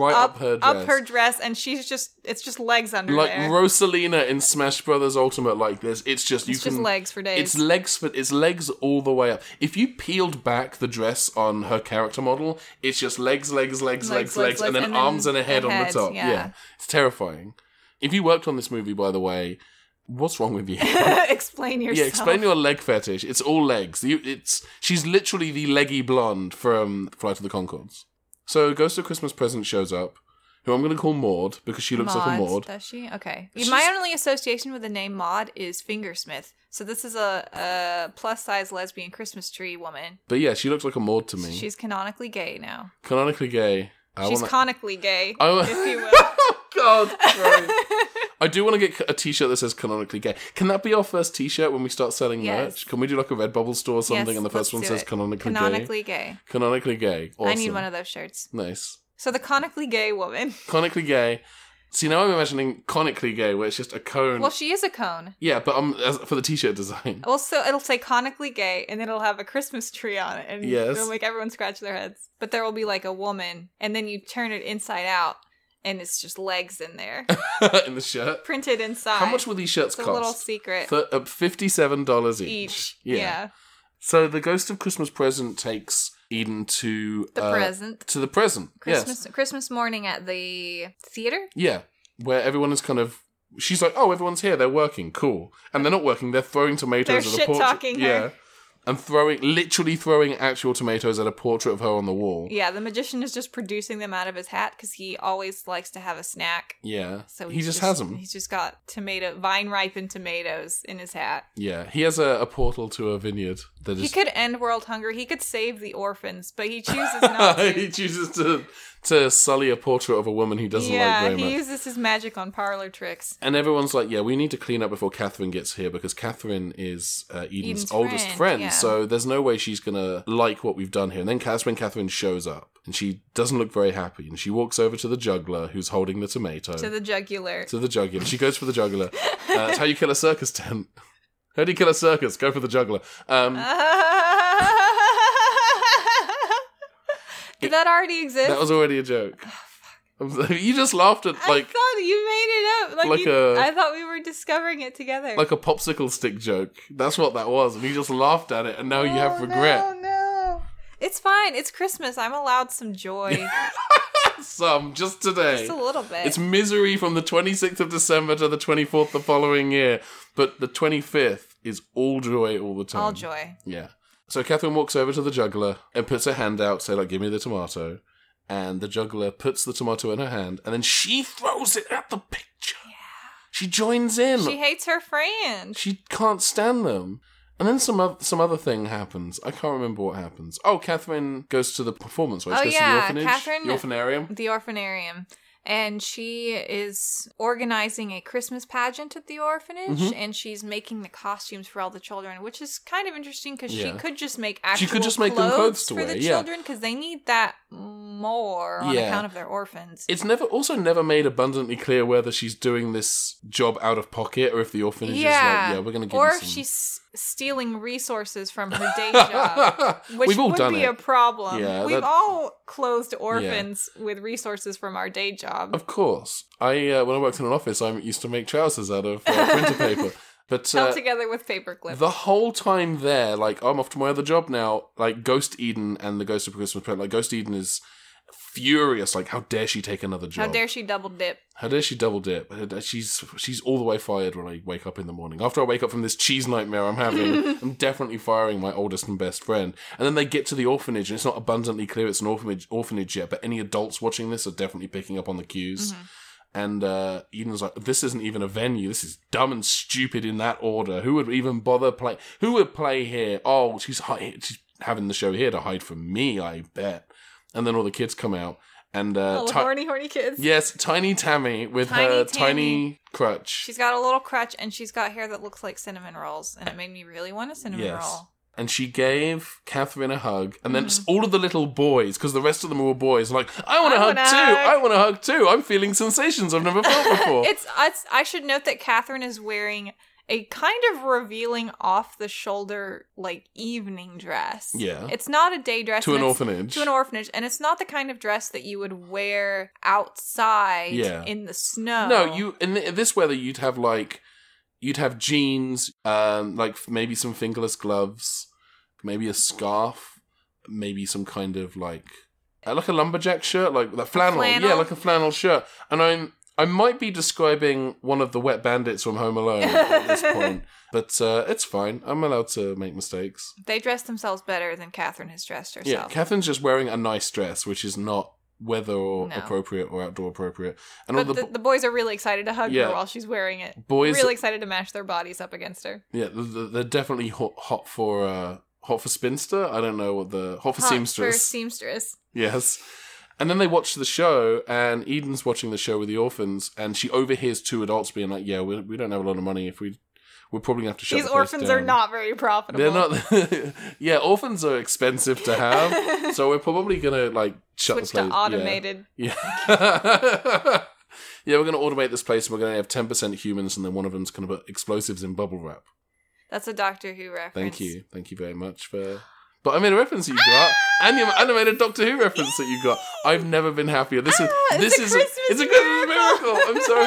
A: Right up,
B: up,
A: her dress.
B: up her dress, and she's just it's just legs under
A: like
B: there.
A: Rosalina in Smash Brothers Ultimate like this. It's just you
B: it's
A: can
B: just legs for days.
A: It's legs for it's legs all the way up. If you peeled back the dress on her character model, it's just legs, legs, legs, legs, legs, and then arms and a head, on the
B: head,
A: top. Yeah.
B: yeah.
A: It's terrifying. If you worked on this movie, by the way, what's wrong with you?
B: explain yourself.
A: Yeah, explain your leg fetish. It's all legs. You, it's she's literally the leggy blonde from Flight of the Concords. So Ghost of Christmas Present shows up, who I'm going to call Maud because she looks like a
B: Maud,
A: Maud.
B: Does she? Okay.
A: She's-
B: My only association with the name Maud is Fingersmith. So this is a, a plus size lesbian Christmas tree woman.
A: But yeah, she looks like a Maud to me. She's
B: She's canonically gay now.
A: canonically gay. Hmm. I
B: She's
A: wanna-
B: conically gay,
A: I wa-
B: if you will.
A: God. Christ. I do want to get a T-shirt that says canonically gay. Can that be our first T-shirt when we start selling
B: Yes.
A: merch? Can we do like a Redbubble store or something,
B: Yes,
A: and the first
B: let's
A: one
B: do
A: says
B: it.
A: canonically, gay?
B: canonically gay.
A: Canonically gay. Awesome.
B: I need one of those shirts.
A: Nice.
B: So the conically gay woman.
A: Conically gay. See now I'm imagining conically gay, where it's just a cone.
B: Well, she is a cone.
A: yeah, but um, as, for the T-shirt design.
B: Also, it'll say conically gay, and then it'll have a Christmas tree on it, and
A: Yes.
B: it'll make everyone scratch their heads. But there will be like a woman, and then you turn it inside out, and it's just legs in there,
A: in the shirt.
B: printed inside.
A: How much will these shirts
B: Oh. It's a
A: cost?
B: little secret.
A: Th- uh, Fifty-seven dollars each.
B: each,
A: Yeah.
B: yeah.
A: So the Ghost of Christmas Present takes Eden to
B: The
A: uh,
B: present,
A: to the present. Yes.
B: Christmas, Christmas morning at the theater.
A: Yeah, where everyone is kind of. She's like, oh, everyone's here. They're working. Cool. And they're not working. They're throwing tomatoes at
B: They're
A: a portrait.
B: shit-talking her.
A: Yeah. And throwing, literally throwing actual tomatoes at a portrait of her on the wall.
B: Yeah, the magician is just producing them out of his hat because he always likes to have a snack.
A: Yeah.
B: So
A: he
B: he's
A: just has them.
B: He's just got tomato, vine ripened tomatoes in his hat.
A: Yeah. He has a, a portal to a vineyard that
B: He
A: is.
B: could end world hunger. He could save the orphans, but he chooses not
A: he
B: to.
A: chooses to to sully a portrait of a woman he doesn't like
B: yeah,
A: very much.
B: he uses his magic on parlor tricks.
A: And everyone's like, yeah, we need to clean up before Catherine gets here because Catherine is uh, Eden's,
B: Eden's
A: oldest friend.
B: friend, yeah.
A: So there's no way she's going to like what we've done here. And then that's when Catherine shows up and she doesn't look very happy. And she walks over to the juggler who's holding the tomato.
B: To the jugular.
A: to the jugular. She goes for the juggler. Uh, that's how you kill a circus tent. How do you kill a circus? Go for the juggler. Um,
B: Uh, Did that already exist?
A: that was already a joke. you just laughed at
B: Ah, I
A: like
B: thought you made it up. Like,
A: like
B: you,
A: a-
B: I thought we were discovering it together.
A: like a popsicle stick joke. That's what that was. And you just laughed at it. And now you have regret.
B: Oh no. It's fine. It's Christmas. I'm allowed some joy.
A: Some just today.
B: Just a little bit.
A: It's misery from the 26th of December to the 24th the following year, but the 25th is all joy all the time.
B: all joy.
A: Yeah. So Catherine walks over to the juggler and puts her hand out, say like, "Give me the tomato," and the juggler puts the tomato in her hand, and then she throws it at the picture. Yeah. She joins in.
B: She hates her friend.
A: She can't stand them. And then some other, some other thing happens. I can't remember what happens. Oh, Catherine goes to the performance. Right? She
B: Oh,
A: goes
B: yeah,
A: to the orphanage,
B: Catherine-
A: the orphanarium.
B: the orphanarium and she is organizing a christmas pageant at the orphanage
A: Mhm.
B: and she's making the costumes for all the children which is kind of interesting because
A: Yeah.
B: she could just make actual
A: could just make them
B: clothes,
A: clothes to
B: for
A: wear,
B: the
A: yeah.
B: children because they need that more on
A: Yeah.
B: account of their orphans
A: It's never also never made abundantly clear whether she's doing this job out of pocket or if the orphanage
B: yeah
A: is like, yeah, we're gonna give
B: or
A: you
B: if
A: some.
B: she's stealing resources from her day job
A: Ah,
B: which
A: We've all
B: would
A: done
B: be
A: it.
B: a problem
A: Yeah,
B: we've
A: that-
B: all closed orphans with resources from our day job
A: of course, I uh, when I worked in an office, I used to make trousers out of uh, printer paper. But
B: held
A: uh,
B: together with paper clips
A: the whole time there, like I'm off to my other job now. Like Ghost Eden and the Ghost of Christmas Present. Like Ghost Eden is furious. Like, how dare she take another job?
B: How dare she double dip?
A: How dare she double dip? How dare- She's she's all the way fired when I wake up in the morning. After I wake up from this cheese nightmare I'm having, I'm definitely firing my oldest and best friend. And then they get to the orphanage, and it's not abundantly clear it's an orphanage orphanage yet. But any adults watching this are definitely picking up on the cues. And uh, Eden's like, this isn't even a venue. This is dumb and stupid in that order. Who would even bother play? Who would play here? Oh, she's hi- she's having the show here to hide from me, I bet. And then all the kids come out. And uh,
B: Little
A: Ti-
B: horny, horny kids.
A: Yes, Tiny Tammy with
B: Tiny
A: her
B: Tammy.
A: tiny crutch.
B: She's got a little crutch and she's got hair that looks like cinnamon rolls, and it made me really want a cinnamon
A: Yes.
B: roll. Mm-hmm.
A: and she gave Catherine a hug, and then all of the little boys, because the rest of them were all boys, like, I want
B: I
A: a hug
B: want
A: too.
B: a hug."
A: I want a hug too. I'm feeling sensations I've never felt before.
B: It's, it's. I should note that Catherine is wearing a kind of revealing off the shoulder like evening dress.
A: Yeah.
B: It's not a day dress.
A: to
B: and
A: an
B: it's-
A: orphanage.
B: To an orphanage, and it's not the kind of dress that you would wear outside
A: Yeah.
B: in the snow.
A: No, you in, th- in this weather you'd have like you'd have jeans, um, like f- maybe some fingerless gloves, maybe a scarf, maybe some kind of like uh, like a lumberjack shirt, like that flannel, yeah,
B: flannel?
A: like a flannel shirt. And I'm I might be describing one of the wet bandits from Home Alone at this point, but uh, it's fine. I'm allowed to make mistakes.
B: They dress themselves better than Catherine has dressed herself.
A: Yeah, Catherine's just wearing a nice dress, which is not weather or
B: No.
A: appropriate or outdoor appropriate. And
B: but
A: all
B: the,
A: the,
B: the boys are really excited to hug
A: Yeah.
B: her while she's wearing it.
A: boys
B: really excited to mash their bodies up against her.
A: Yeah, th- th- they're definitely hot, hot for uh, hot for spinster. I don't know what the hot for
B: Hot
A: seamstress.
B: For seamstress.
A: yes. And then they watch the show, and Eden's watching the show with the orphans, and she overhears two adults being like, "Yeah, we, we don't have a lot of money. If we, we're probably gonna have to shut
B: These
A: the place
B: orphans are
A: down."
B: not very profitable.
A: They're not. yeah, orphans are expensive to have, so we're probably gonna like shut
B: Switch
A: the place.
B: to automated.
A: Yeah. yeah, we're gonna automate this place, and we're gonna have ten percent humans, and then one of them's gonna put explosives in bubble wrap.
B: That's a Doctor Who reference. Ah!
A: Thank you. Thank you very much for. But I made a reference that you got, and, you, and I made a Doctor Who reference that you got. I've never been happier. This is
B: Ah, it's
A: this
B: a
A: is
B: Christmas
A: it's a Christmas
B: miracle.
A: miracle. I'm so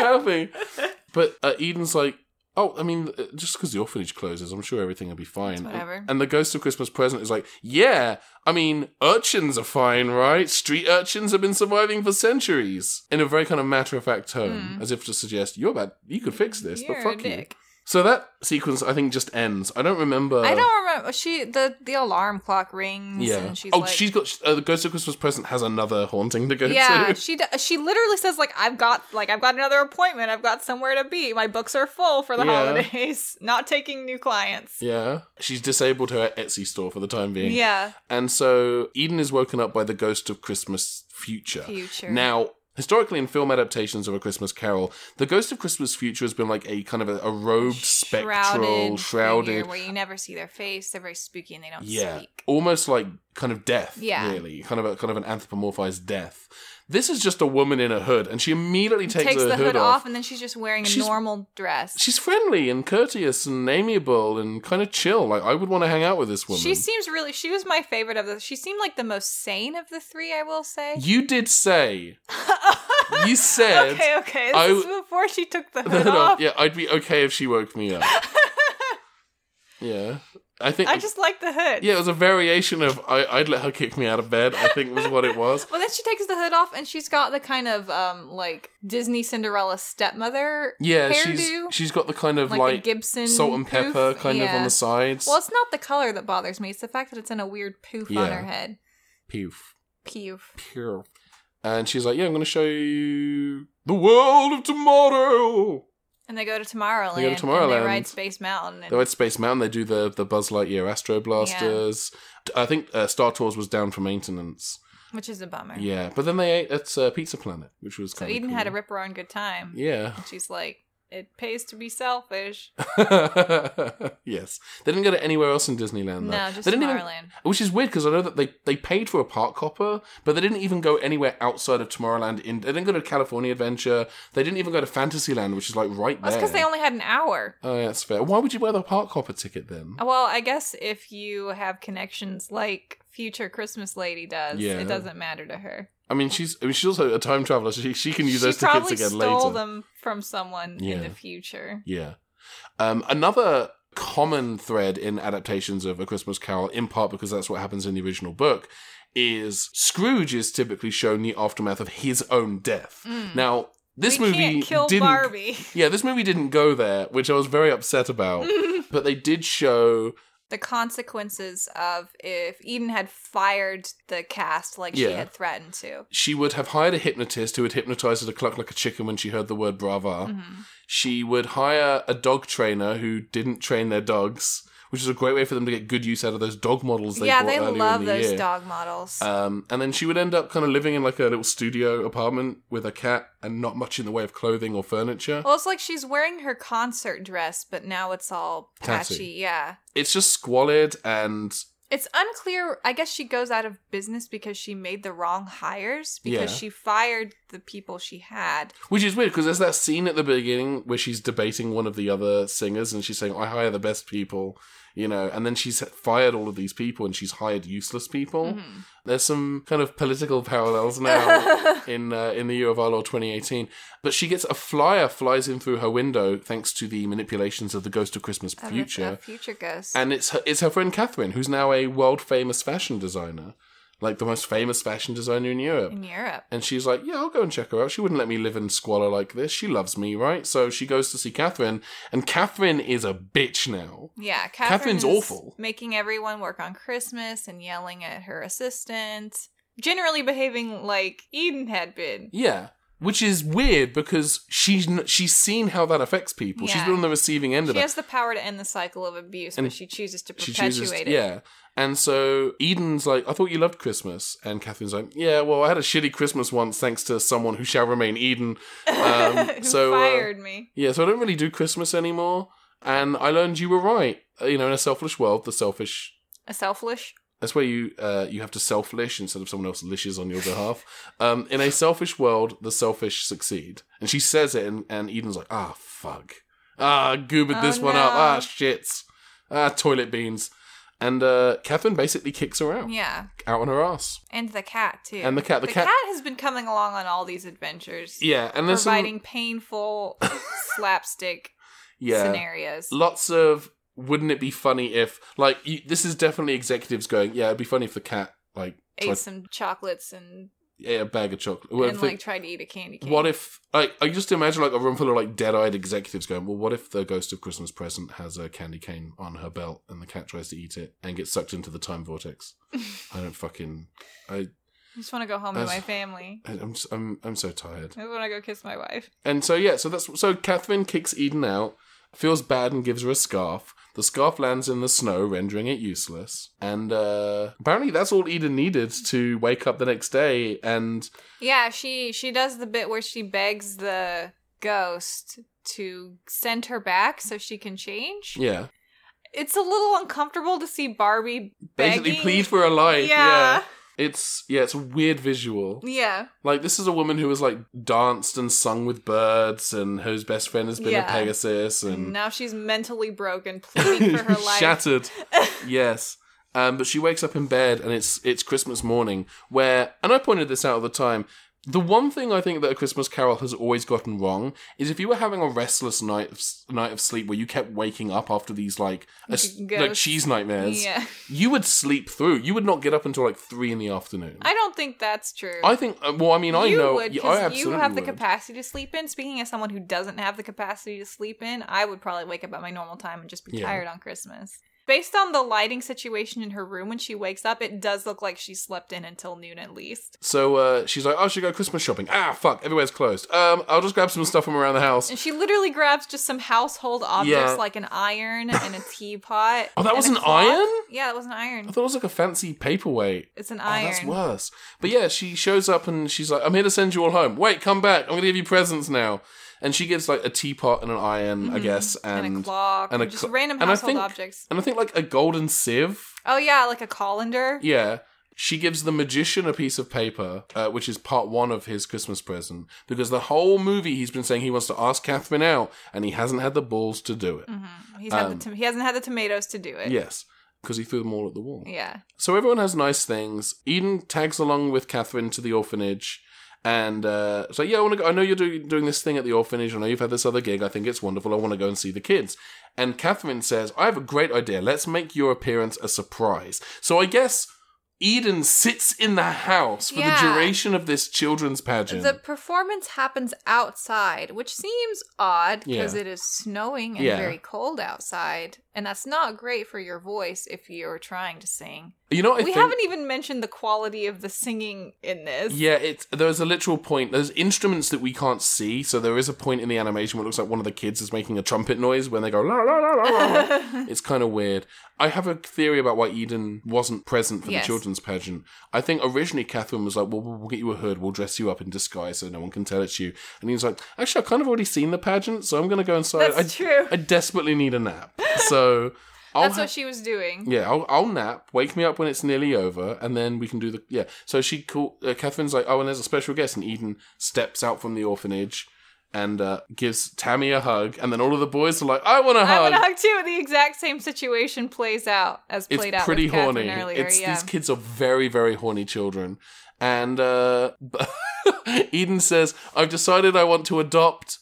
A: happy. But uh, Eden's like, oh, I mean, uh, just because the orphanage closes, I'm sure everything will be fine. And-
B: whatever.
A: And the Ghost of Christmas Present is like, yeah, I mean, urchins are fine, right? Street urchins have been surviving for centuries in a very kind of matter of fact tone, as if to suggest you're bad, you could fix this,
B: Hmm. You're
A: but
B: a
A: fuck you.
B: dick.
A: So that sequence, I think, just ends. I don't remember.
B: I don't remember. She the the alarm clock rings.
A: Yeah.
B: And she's
A: oh,
B: like,
A: she's got uh, the Ghost of Christmas Present has another haunting to go
B: Yeah,
A: to.
B: she d- she literally says like I've got like I've got another appointment. I've got somewhere to be. My books are full for the
A: Yeah.
B: holidays. Not taking new clients.
A: Yeah, she's disabled her Etsy store for the time being.
B: Yeah.
A: and so Eden is woken up by the Ghost of Christmas Future.
B: Future.
A: Now, historically, in film adaptations of A Christmas Carol, the Ghost of Christmas Future has been like a kind of a, a robed, spectral,
B: shrouded,
A: shrouded,
B: figure where you never see their face. They're very spooky and they don't
A: yeah,
B: speak.
A: almost like kind of death.
B: Yeah.
A: really, kind of a kind of an anthropomorphized death. This is just a woman in a hood, and she immediately takes,
B: Takes,
A: her
B: the hood
A: off
B: off, and then she's just wearing a
A: She's-
B: normal dress.
A: she's friendly and courteous and amiable and kind of chill. Like I would want to hang out with this woman.
B: She seems really. She was my favorite of the. She seemed like the most sane of the three. I will say.
A: you did say. you said.
B: okay, okay. This
A: I
B: is
A: w-
B: before she took the
A: No,
B: hood
A: no,
B: off.
A: yeah, I'd be okay if she woke me up. yeah, I think.
B: I just like the hood.
A: yeah, it was a variation of I, I'd let her kick me out of bed. I think was what it was.
B: Well, then she takes the hood off, and she's got the kind of um like Disney Cinderella stepmother
A: Yeah,
B: hairdo,
A: she's she's got the kind of
B: like, the
A: like,
B: Gibson
A: salt and
B: poof.
A: pepper kind of on
B: Yeah.
A: the sides.
B: Well, it's not the color that bothers me; it's the fact that it's in a weird poof on
A: Yeah.
B: her head.
A: Poof.
B: Poof.
A: pure. And she's like, "Yeah, I'm going to show you the world of tomorrow."
B: And they go to Tomorrowland.
A: They go to
B: And
A: Tomorrowland.
B: they ride Space Mountain. And
A: They ride Space Mountain. They do the the Buzz Lightyear Astro Blasters. I think uh, Star Tours was down for maintenance.
B: Which is a bummer.
A: Yeah, but then they ate at uh, Pizza Planet, which was
B: So
A: kinda
B: Eden
A: cool.
B: had a rip roaring good time.
A: yeah.
B: And she's like, it pays to be selfish.
A: yes, they didn't go to anywhere else in Disneyland. Though.
B: no, just
A: they didn't even-
B: Tomorrowland.
A: which is weird because I know that they, they paid for a park hopper, but they didn't even go anywhere outside of Tomorrowland. In they didn't go to California Adventure. They didn't even go to Fantasyland, which is like right
B: That's
A: there.
B: because they only had an hour.
A: Oh, yeah, that's fair. Why would you wear the park hopper ticket then?
B: Well, I guess if you have connections like future Christmas lady does,
A: Yeah.
B: it doesn't matter to her.
A: I mean, she's I mean, she's also a time traveler. So she she can use
B: she
A: those tickets
B: probably
A: again
B: stole
A: later.
B: them from someone in
A: Yeah.
B: the future.
A: Yeah. Um, another common thread in adaptations of A Christmas Carol, in part because that's what happens in the original book, is Scrooge is typically shown the aftermath of his own death. Now, this
B: Mm. we
A: movie
B: can't kill
A: didn't
B: Barbie.
A: Yeah, this movie didn't go there, which I was very upset about. but they did show
B: The consequences of if Eden had fired the cast like she
A: Yeah.
B: had threatened to.
A: she would have hired a hypnotist who would hypnotize her to cluck like a chicken when she heard the word brava.
B: Mm-hmm.
A: She would hire a dog trainer who didn't train their dogs, which is a great way for them to get good use out of those dog models they
B: yeah,
A: bought
B: they
A: earlier
B: love
A: in the
B: those
A: year.
B: dog models.
A: Um, and then she would end up kind of living in like a little studio apartment with a cat and not much in the way of clothing or furniture.
B: well, it's like she's wearing her concert dress, but now it's all patchy.
A: Tatty.
B: Yeah.
A: It's just squalid and
B: It's unclear. I guess she goes out of business because she made the wrong hires because
A: Yeah.
B: she fired the people she had.
A: Which is weird because there's that scene at the beginning where she's debating one of the other singers and she's saying, I hire the best people, you know, and then she's fired all of these people and she's hired useless people. There's some kind of political parallels now in uh, in the year of our Lord 2018. But she gets a flyer flies in through her window thanks to the manipulations of the Ghost of Christmas
B: Of a-
A: Future.
B: a future ghost.
A: And it's her, it's her friend Catherine, who's now a world famous fashion designer, like the most famous fashion designer in Europe.
B: in Europe.
A: And she's like, Yeah, I'll go and check her out. She wouldn't let me live in squalor like this. She loves me, right? So she goes to see Catherine, and Catherine is a bitch now.
B: Yeah, Catherine
A: Catherine's
B: is
A: awful.
B: Making everyone work on Christmas and yelling at her assistant. Generally behaving like Eden had been.
A: Yeah. Which is weird because she's n- she's seen how that affects people. She's
B: Yeah.
A: been on the receiving end of
B: She
A: that.
B: has the power to end the cycle of abuse,
A: And
B: but she chooses to
A: she
B: perpetuate
A: chooses,
B: it.
A: yeah. And so Eden's like, I thought you loved Christmas, and Catherine's like, Yeah, well, I had a shitty Christmas once, thanks to someone who shall remain Eden. Um,
B: Who
A: so uh,
B: fired me?
A: Yeah, so I don't really do Christmas anymore. And I learned you were right. Uh, You know, in a selfish world, the selfish
B: A selfish.
A: that's where you uh, you have to self lish instead of someone else lishes on your behalf. Um, in a selfish world, the selfish succeed. And she says it, and, and Eden's like, ah, fuck. Ah, goobered
B: Oh,
A: this one up.
B: no.
A: Ah, shits. Ah, toilet beans. And uh, Catherine basically kicks her out,
B: Yeah,
A: out on her ass.
B: and the cat too.
A: And the cat- the cat-
B: has been coming along on all these adventures.
A: Yeah, and there's some-
B: providing painful slapstick
A: yeah,
B: scenarios.
A: lots of wouldn't it be funny if like you, this is definitely executives going, yeah, it'd be funny if the cat like
B: Ate
A: tried,
B: some chocolates and,
A: ate a bag of chocolate. Well,
B: and
A: if the-
B: like tried to eat a candy cane.
A: What if like I just imagine like a room full of like dead-eyed executives going, "Well, what if the ghost of Christmas present has a candy cane on her belt and the cat tries to eat it and gets sucked into the time vortex?" I don't fucking I
B: I just want to go home to
A: That's-
B: my family.
A: I- I'm s- I'm I'm so tired.
B: I just want to go kiss my wife.
A: And so yeah, so that's so Catherine kicks Eden out, feels bad and gives her a scarf. The scarf lands in the snow, rendering it useless. And uh apparently that's all Eden needed to wake up the next day and
B: Yeah, she she does the bit where she begs the ghost to send her back so she can change.
A: yeah,
B: It's a little uncomfortable to see Barbie begging.
A: basically plead for her life.
B: Yeah.
A: yeah. It's yeah, it's a weird visual.
B: Yeah.
A: Like this is a woman who has like danced and sung with birds, and whose best friend has been a
B: Yeah.
A: Pegasus, and
B: Now she's mentally broken, pleading for her life.
A: shattered. yes, um, but she wakes up in bed, and it's it's Christmas morning. Where, and I pointed this out at the time. The one thing I think that a Christmas Carol has always gotten wrong is if you were having a restless night of, s- night of sleep where you kept waking up after these like a s-
B: G-
A: like
B: ghosts.
A: cheese nightmares,
B: Yeah.
A: you would sleep through. You would not get up until like three in the afternoon. I,
B: I don't think that's true.
A: think. uh, Well, I mean, I
B: you
A: know.
B: would
A: yeah, I
B: because you
A: absolutely
B: have the
A: would.
B: capacity to sleep in. Speaking as someone who doesn't have the capacity to sleep in, I would probably wake up at my normal time and just be
A: Yeah.
B: tired on Christmas. Based on the lighting situation in her room when she wakes up, it does look like she slept in until noon at least.
A: So uh, she's like, oh, I should go Christmas shopping. Ah, fuck, everywhere's closed. Um, I'll just grab some stuff from around the house.
B: And she literally grabs just some household objects
A: Yeah.
B: like an iron and a teapot.
A: Oh, that
B: and
A: was
B: a
A: an
B: clock.
A: iron?
B: Yeah, that was an
A: I
B: iron.
A: thought it was like a fancy paperweight.
B: It's an
A: Oh,
B: iron.
A: that's worse. But yeah, she shows up and she's like, I'm here to send you all home. Wait, come back. I'm going to give you presents now. And she gives like a teapot and an iron, I guess, and,
B: Mm-hmm. and, a clock.
A: and
B: And
A: a
B: just
A: cl-
B: random
A: and I
B: household
A: think-
B: objects.
A: and I think like a golden sieve.
B: Oh yeah, like a colander.
A: Yeah. She gives the magician a piece of paper, uh, which is part one of his Christmas present, because the whole movie he's been saying he wants to ask Catherine out, and he hasn't had the balls to do it.
B: He's had
A: Um,
B: the tom- he hasn't had the tomatoes to do it.
A: Yes, because he threw them all at the wall.
B: Yeah.
A: So everyone has nice things. Eden tags along with Catherine to the orphanage. And uh, so yeah, I want to. Go. I know you're do- doing this thing at the orphanage. I know you've had this other gig. I think it's wonderful. I want to go and see the kids. And Catherine says, "I have a great idea. Let's make your appearance a surprise." So I guess Eden sits in the house for
B: Yeah.
A: the duration of this children's pageant.
B: The performance happens outside, which seems odd because
A: Yeah.
B: it is snowing and
A: Yeah.
B: very cold outside, and that's not great for your voice if you're trying to sing.
A: you know, what I
B: we
A: think,
B: haven't even mentioned the quality of the singing in this.
A: Yeah, it's there's a literal point. There's instruments that we can't see, so there is a point in the animation where it looks like one of the kids is making a trumpet noise when they go la la la la. la. it's kind of weird. I have a theory about why Eden wasn't present for
B: Yes.
A: the children's pageant. I think originally Catherine was like, "Well, we'll we'll get you a hood. We'll dress you up in disguise so no one can tell it's you." And he was like, "Actually, I've kind of already seen the pageant, so I'm going to go inside.
B: That's
A: I,
B: true.
A: I desperately need a nap." So. I'll
B: That's
A: ha-
B: what she was doing.
A: yeah, I'll, I'll nap. Wake me up when it's nearly over, and then we can do the yeah. So she call uh, Catherine's like, oh, and there's a special guest, and Eden steps out from the orphanage and uh, gives Tammy a hug, and then all of the boys are like, I want a
B: I
A: hug.
B: want to hug too. The exact same situation plays out as
A: it's
B: played out
A: pretty
B: with Catherine
A: horny.
B: earlier.
A: it's
B: yeah.
A: these kids are very very horny children, and uh, Eden says, I've decided I want to adopt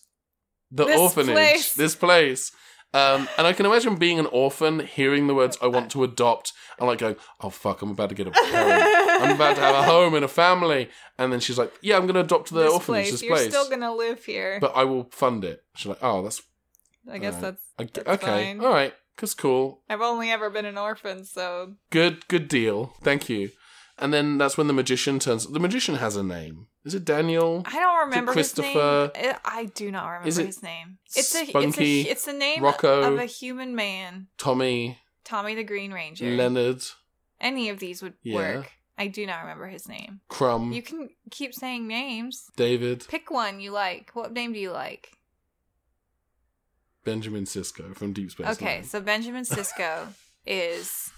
A: the
B: This
A: orphanage.
B: place.
A: This place. Um, and I can imagine being an orphan, hearing the words "I want to adopt," and like going, "Oh fuck, I'm about to get a home. I'm about to have a home and a family." And then she's like, "Yeah, I'm going to adopt the
B: This
A: orphanage. This
B: You're
A: place,
B: still gonna live here.
A: but I will fund it." She's like, "Oh, that's,
B: I guess
A: alright.
B: that's.
A: I,
B: That's
A: okay,
B: fine.
A: all right, that's cool,
B: I've only ever been an orphan, so
A: good, good deal, thank you." And then that's when the magician turns. The magician has a name. Is it Daniel?
B: I don't remember
A: Christopher-
B: his name. Eh, I- I do not remember
A: Is it
B: his name. It's a it's a
A: Spunky?
B: it's the name
A: Rocco?
B: of a human man.
A: Tommy,
B: Tommy the Green Ranger.
A: Leonard,
B: Any of these would
A: Yeah. Um,
B: work. I do not remember his name.
A: Crumb,
B: You can keep saying names.
A: David,
B: Pick one you like. What name do you like?
A: Benjamin Sisko from Deep Space
B: okay,
A: Nine.
B: so Benjamin Sisko is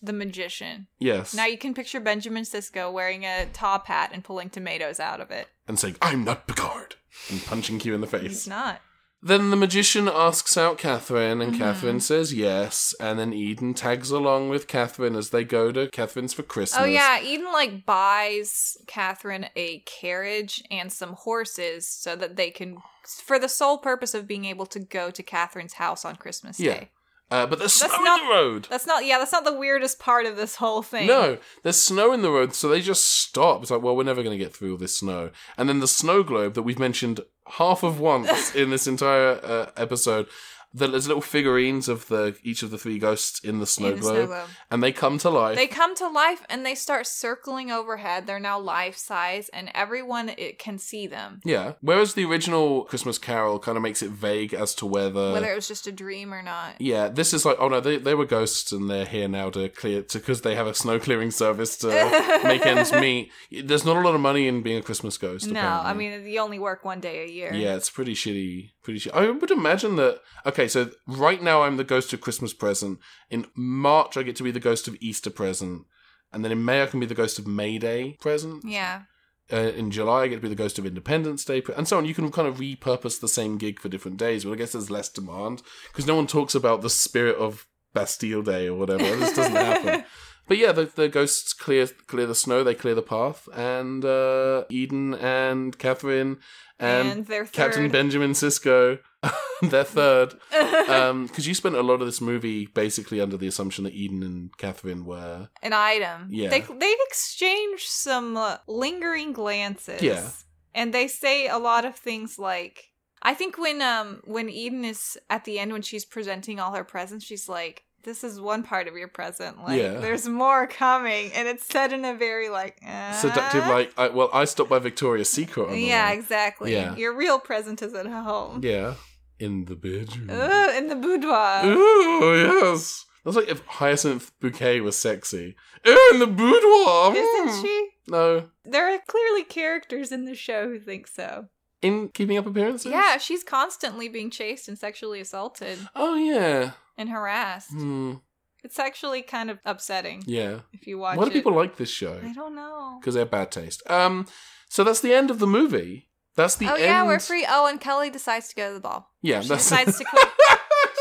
B: the magician.
A: Yes.
B: Now you can picture Benjamin Sisko wearing a top hat and pulling tomatoes out of it.
A: and saying, I'm not Picard. And punching Q in the
B: He's
A: face.
B: not.
A: Then the magician asks out Catherine, and
B: Mm-hmm.
A: Catherine says yes. And then Eden tags along with Catherine as they go to Catherine's for Christmas.
B: Oh yeah, Eden like buys Catherine a carriage and some horses so that they can, for the sole purpose of being able to go to Catherine's house on Christmas
A: Yeah.
B: Day.
A: Uh, but there's
B: That's
A: snow
B: not-
A: in the road.
B: That's not. Yeah, that's not the weirdest part of this whole thing.
A: No, there's snow in the road, so they just stop. It's like, well, we're never going to get through all this snow. And then the snow globe that we've mentioned half of once in this entire uh, episode. that There's little figurines of the each of the three ghosts in the snow,
B: In the snow
A: globe,
B: globe.
A: and they come to life.
B: They come to life and they start circling overhead. They're now life size, and everyone it can see them.
A: Yeah. Whereas the original Christmas Carol kind of makes it vague as to whether.
B: Whether it was just a dream or not.
A: yeah, this is like, oh no, they, they were ghosts and they're here now to clear, because they have a snow clearing service to make ends meet. There's not a lot of money in being a Christmas ghost.
B: No,
A: apparently.
B: I mean you only work one day a year.
A: Yeah, it's pretty shitty. Pretty shitty. I would imagine that. Okay, so right now I'm the ghost of Christmas present. In March, I get to be the ghost of Easter present. And then in May, I can be the ghost of May Day present.
B: Yeah.
A: uh, in July, I get to be the Ghost of Independence Day, and so on. You can kind of repurpose the same gig for different days, but I guess there's less demand because no one talks about the spirit of Bastille Day or whatever. This doesn't happen. But yeah, the, the ghosts clear clear the snow, they clear the path, and uh, Eden and Catherine and,
B: And their
A: Captain
B: third-
A: Benjamin Sisko, their third, because you spent a lot of this movie basically under the assumption that Eden and Catherine were
B: an item.
A: Yeah.
B: They they exchange some uh, lingering glances.
A: Yeah.
B: And they say a lot of things like I think when um when Eden is at the end when she's presenting all her presents, she's like this is one part of your present. Like,
A: Yeah.
B: there's more coming, and it's said in a very like uh,
A: seductive. Like, I, well, I stopped by Victoria's Secret. On the
B: yeah,
A: way.
B: exactly.
A: Yeah.
B: Your real present is at home.
A: Yeah. In the bedroom.
B: Ooh, in the boudoir.
A: Ooh, yes. That's like if Hyacinth Bouquet was sexy. Ooh, in the boudoir.
B: Isn't
A: Hmm.
B: she?
A: No.
B: There are clearly characters in the show who think so.
A: In Keeping Up Appearances?
B: Yeah, she's constantly being chased and sexually assaulted
A: Oh, yeah.
B: and harassed.
A: Hmm.
B: It's actually kind of upsetting
A: Yeah.
B: if you watch
A: Why do
B: it.
A: people like this show?
B: I don't know.
A: Because they have bad taste. Um. So that's the end of the movie. That's the
B: Oh
A: end.
B: yeah, we're free. Oh, and Kelly decides to go to the ball.
A: Yeah,
B: she
A: that's-
B: decides to quit.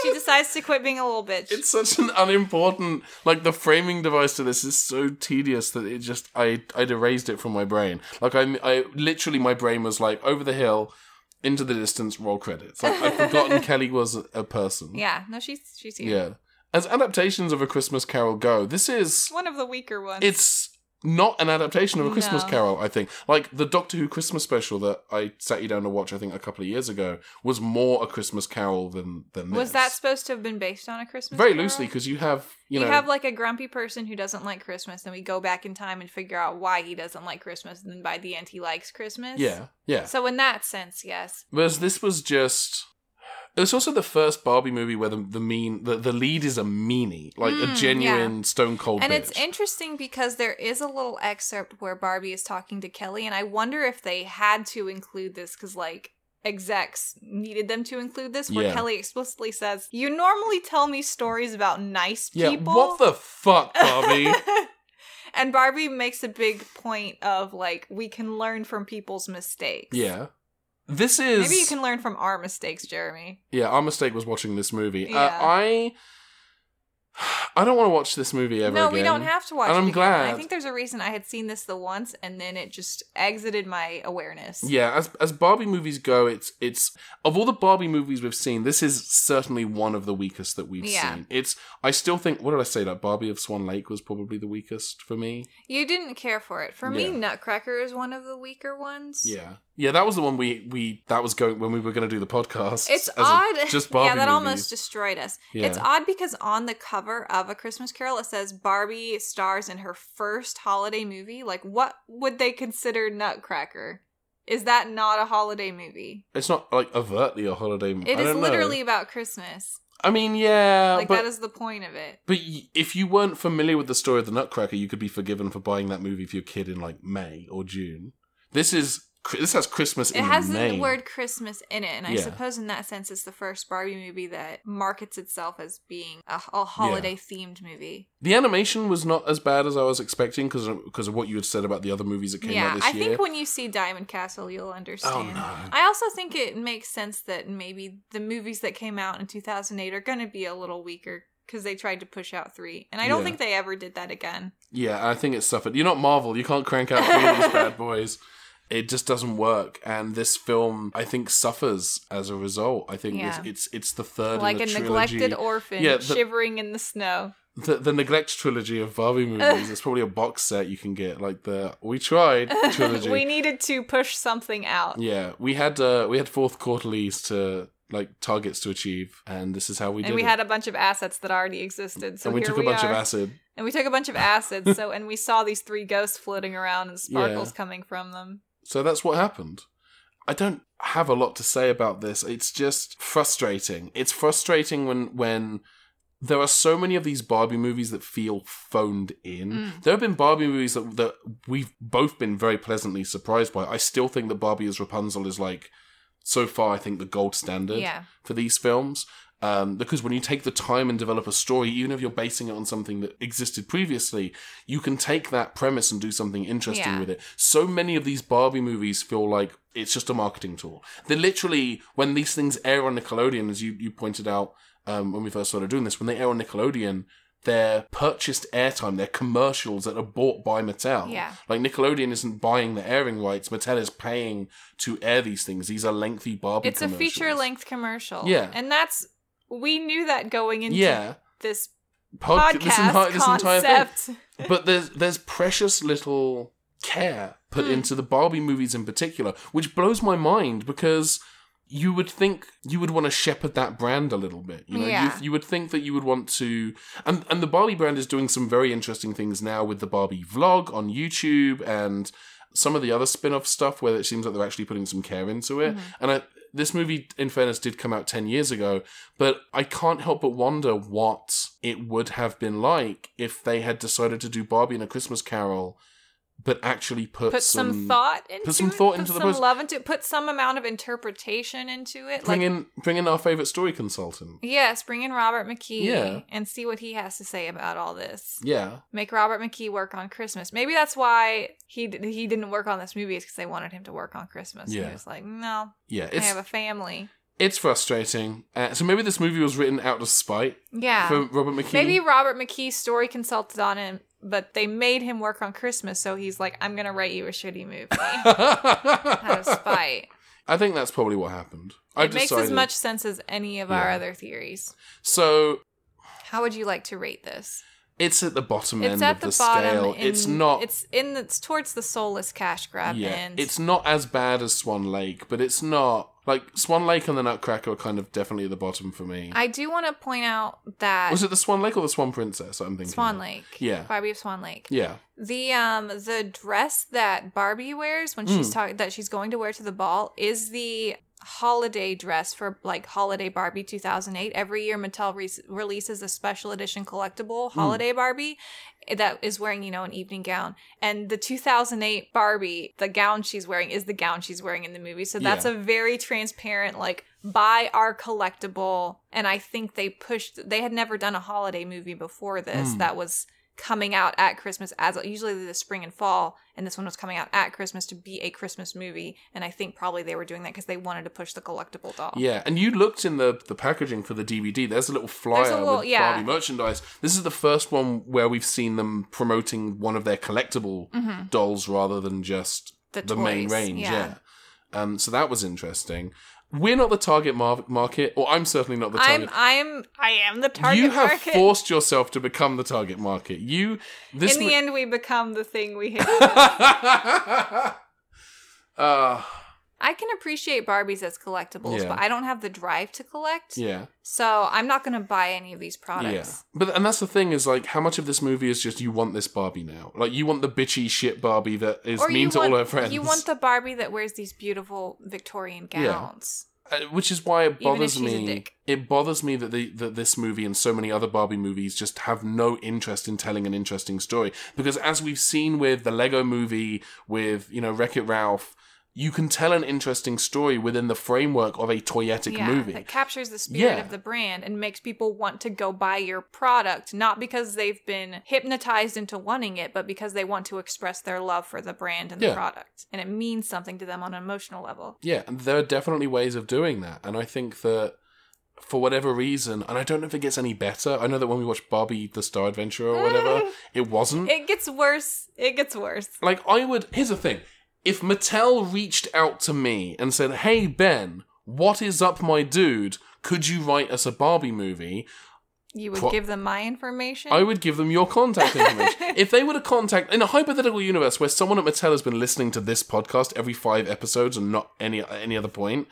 B: she decides to quit being a little bitch.
A: It's such an unimportant, like the framing device to this is so tedious that it just I I'd erased it from my brain. Like I I literally my brain was like over the hill, into the distance, roll credits. Like I'd forgotten Kelly was a, a person.
B: yeah, no, she's she's here.
A: yeah. As adaptations of A Christmas Carol go, this is
B: One of the weaker ones.
A: it's not an adaptation of a Christmas
B: No.
A: Carol. I think like the Doctor Who Christmas special that I sat you down to watch. I think a couple of years ago was more a Christmas Carol than than this.
B: Was that supposed to have been based on a Christmas?
A: very
B: Carol?
A: loosely because you have you
B: You,
A: know
B: have like a grumpy person who doesn't like Christmas, and we go back in time and figure out why he doesn't like Christmas, and then by the end he likes Christmas.
A: yeah yeah.
B: So in that sense, yes.
A: Whereas this was just. It was also the first Barbie movie where the, the mean the, the lead is a meanie, like
B: Mm,
A: a
B: yeah.
A: genuine stone cold.
B: And it's
A: bitch.
B: interesting because there is a little excerpt where Barbie is talking to Kelly, and I wonder if they had to include this because, like, execs needed them to include this, where
A: Yeah.
B: Kelly explicitly says, You normally tell me stories about nice
A: yeah.
B: people.
A: What the fuck, Barbie?
B: and Barbie makes a big point of, like, we can learn from people's mistakes.
A: yeah, this is
B: Maybe you can learn from our mistakes, Jeremy.
A: Yeah, our mistake was watching this movie. Uh,
B: Yeah.
A: I I don't want to watch this movie ever
B: no,
A: again.
B: we don't have to watch
A: And
B: it
A: I'm
B: again.
A: glad.
B: I think there's a reason I had seen this the once and then it just exited my awareness.
A: Yeah, as as Barbie movies go, it's it's of all the Barbie movies we've seen, this is certainly one of the weakest that we've
B: Yeah.
A: seen. It's I still think what did I say? Like Barbie of Swan Lake was probably the weakest for me.
B: You didn't care for it. For me,
A: Yeah.
B: Nutcracker is one of the weaker ones.
A: Yeah, yeah, that was the one we we that was going when we were going to do the podcast.
B: It's
A: as a-
B: odd.
A: just Barbie.
B: yeah, that
A: movies.
B: almost destroyed us. It's
A: Yeah.
B: odd because on the cover of A Christmas Carol it says Barbie stars in her first holiday movie. Like what would they consider Nutcracker? Is that not a holiday movie?
A: It's not like overtly a holiday. movie.
B: It is literally about Christmas.
A: I mean, yeah,
B: like
A: Uh, but
B: that is the point of it.
A: But y- if you weren't familiar with the story of the Nutcracker, you could be forgiven for buying that movie for your kid in like May or June. This is cri- this has Christmas
B: It
A: in
B: has the
A: name.
B: word Christmas in it, and I
A: Yeah.
B: suppose in that sense, it's the first Barbie movie that markets itself as being a, a holiday-themed movie.
A: The animation was not as bad as I was expecting because because of what you had said about the other movies that came
B: yeah,
A: out this
B: I
A: year.
B: think when you see Diamond Castle, you'll understand.
A: Oh, no.
B: I also think it makes sense that maybe the movies that came out in 2008 are going to be a little weaker because they tried to push out three, and I don't
A: Yeah.
B: think they ever did that again.
A: Yeah, I think it suffered. You're not Marvel. You can't crank out three of these bad boys. It just doesn't work, and this film I think suffers as a result. I think
B: Yeah.
A: it's, it's it's the third
B: like
A: in
B: a
A: the
B: neglected
A: trilogy.
B: orphan
A: Yeah, the-
B: shivering in the snow.
A: the, the neglect trilogy of Barbie movies. it's probably a box set you can get, like the We Tried trilogy.
B: we needed to push something out.
A: yeah, we had uh, we had fourth quarterlies to like targets to achieve, and this is how we did
B: and we
A: it.
B: had a bunch of assets that already existed. So
A: and we
B: here
A: took
B: we
A: a bunch
B: are.
A: of acid.
B: and we took a bunch of acids. so and we saw these three ghosts floating around and sparkles
A: Yeah.
B: coming from them.
A: So that's what happened. I don't have a lot to say about this. It's just frustrating. It's frustrating when when there are so many of these Barbie movies that feel phoned in. There have been Barbie movies that that we've both been very pleasantly surprised by. I still think that Barbie as Rapunzel is like so far I think the gold standard
B: Yeah.
A: for these films. Um, because when you take the time and develop a story, even if you're basing it on something that existed previously, you can take that premise and do something interesting
B: Yeah.
A: with it. So many of these Barbie movies feel like it's just a marketing tool. They're literally, when these things air on Nickelodeon, as you, you pointed out um, when we first started doing this, when they air on Nickelodeon, they're purchased airtime, they're commercials that are bought by Mattel.
B: Yeah.
A: Like Nickelodeon isn't buying the airing rights, Mattel is paying to air these things. These are lengthy Barbie
B: It's a
A: commercials.
B: feature length commercial.
A: Yeah.
B: And that's we knew that going into
A: Yeah.
B: this
A: Pod-
B: podcast
A: this enti- this entire thing.
B: concept.
A: but there's there's precious little care put
B: Hmm.
A: into the Barbie movies in particular, which blows my mind because you would think you would want to shepherd that brand a little bit. You know,
B: Yeah.
A: you, you would think that you would want to, and and the Barbie brand is doing some very interesting things now with the Barbie vlog on YouTube and some of the other spin-off stuff where it seems like they're actually putting some care into it.
B: Mm-hmm.
A: And I, this movie, in fairness, did come out ten years ago, but I can't help but wonder what it would have been like if they had decided to do Barbie and a Christmas Carol, but actually put,
B: Put some, thought into
A: put some
B: it,
A: thought
B: put
A: into the
B: some
A: pos-
B: love into it, put some amount of interpretation into it.
A: Bring
B: like
A: in bring in our favorite story consultant.
B: Yes, bring in Robert McKee
A: Yeah.
B: and see what he has to say about all this.
A: Yeah,
B: make Robert McKee work on Christmas. Maybe that's why he d- he didn't work on this movie is because they wanted him to work on Christmas. And
A: Yeah.
B: he was like, no,
A: yeah.
B: I
A: It's
B: have a family.
A: it's frustrating. Uh, so maybe this movie was written out of spite
B: Yeah.
A: for Robert McKee.
B: Maybe Robert McKee's story consulted on him, but they made him work on Christmas, so he's like, I'm gonna write you a shitty movie out of spite.
A: I think that's probably what happened. I
B: It makes as
A: decided-
B: much sense as any of our
A: Yeah.
B: other theories.
A: So
B: How would you like to rate this?
A: It's at the bottom
B: It's
A: end
B: at
A: of
B: the,
A: the,
B: bottom.
A: scale.
B: in-
A: It's not.
B: It's in. It's towards the soulless cash grab
A: yeah,
B: end.
A: it's not as bad as Swan Lake, but it's not like Swan Lake and the Nutcracker are kind of definitely at the bottom for me.
B: I do want to point out that
A: Was it the Swan Lake or the Swan Princess? I'm thinking.
B: Swan
A: of?
B: Lake.
A: Yeah.
B: Barbie of Swan Lake.
A: Yeah,
B: The um the dress that Barbie wears when she's
A: Mm.
B: talking that she's going to wear to the ball is the holiday dress for like holiday Barbie 2008. Every year Mattel re- releases a special edition collectible holiday Barbie eh, that is wearing, you know, an evening gown. And the 2008 Barbie, the gown she's wearing is the gown she's wearing in the movie. So that's
A: Yeah.
B: a very transparent like buy our collectible and I think they pushed they had never done a holiday movie before this
A: Mm.
B: that was coming out at Christmas as usually the spring and fall, and this one was coming out at Christmas to be a Christmas movie. And I think probably they were doing that because they wanted to push the collectible doll.
A: yeah. And you looked in the the packaging for the DVD. There's a little flyer
B: little-
A: with
B: yeah.
A: Barbie merchandise. This is the first one where we've seen them promoting one of their collectible
B: hmm
A: dolls rather than just
B: The
A: the, main
B: toys,
A: range.
B: yeah.
A: Yeah. Um, so that was interesting. We're not the target mar- market, or I'm certainly not the
B: I'm
A: target.
B: I'm
E: I am the target
A: you have
E: market.
A: forced yourself to become the target market. You this
B: in the
A: mo-
B: end we become the thing we hate.
A: uh,
B: I can appreciate Barbies as collectibles,
A: Yeah.
B: but I don't have the drive to collect.
A: yeah,
B: So I'm not gonna buy any of these
A: yeah.
B: products.
A: But and that's the thing is like, how much of this movie is just you want this Barbie now? Like you want the bitchy shit Barbie that is mean to
B: want,
A: all her friends,
B: You want the Barbie that wears these beautiful Victorian
A: Yeah.
B: gowns.
A: Uh, which is why it
B: Even if
A: bothers
B: she's a
A: me.
B: dick.
A: It bothers me that the that this movie and so many other Barbie movies just have no interest in telling an interesting story. Because as we've seen with the Lego Movie, with you know Wreck It Ralph, you can tell an interesting story within the framework of a toyetic movie.
B: that captures the spirit
A: Yeah.
B: of the brand and makes people want to go buy your product, not because they've been hypnotized into wanting it, but because they want to express their love for the brand and the
A: Yeah.
B: product, and it means something to them on an emotional level.
A: yeah, and there are definitely ways of doing that, and I think that. For whatever reason, and I don't know if it gets any better. I know that when we watched Barbie the Star Adventurer or whatever, it wasn't.
B: It gets worse. It gets worse.
A: Like, I would. Here's the thing. If Mattel reached out to me and said, Hey, Ben, what is up, my dude? Could you write us a Barbie movie?
B: You would
A: Pro-
B: give them my information.
A: I would give them your contact information. if they were to contact, in a hypothetical universe where someone at Mattel has been listening to this podcast every five episodes and not any at any other point,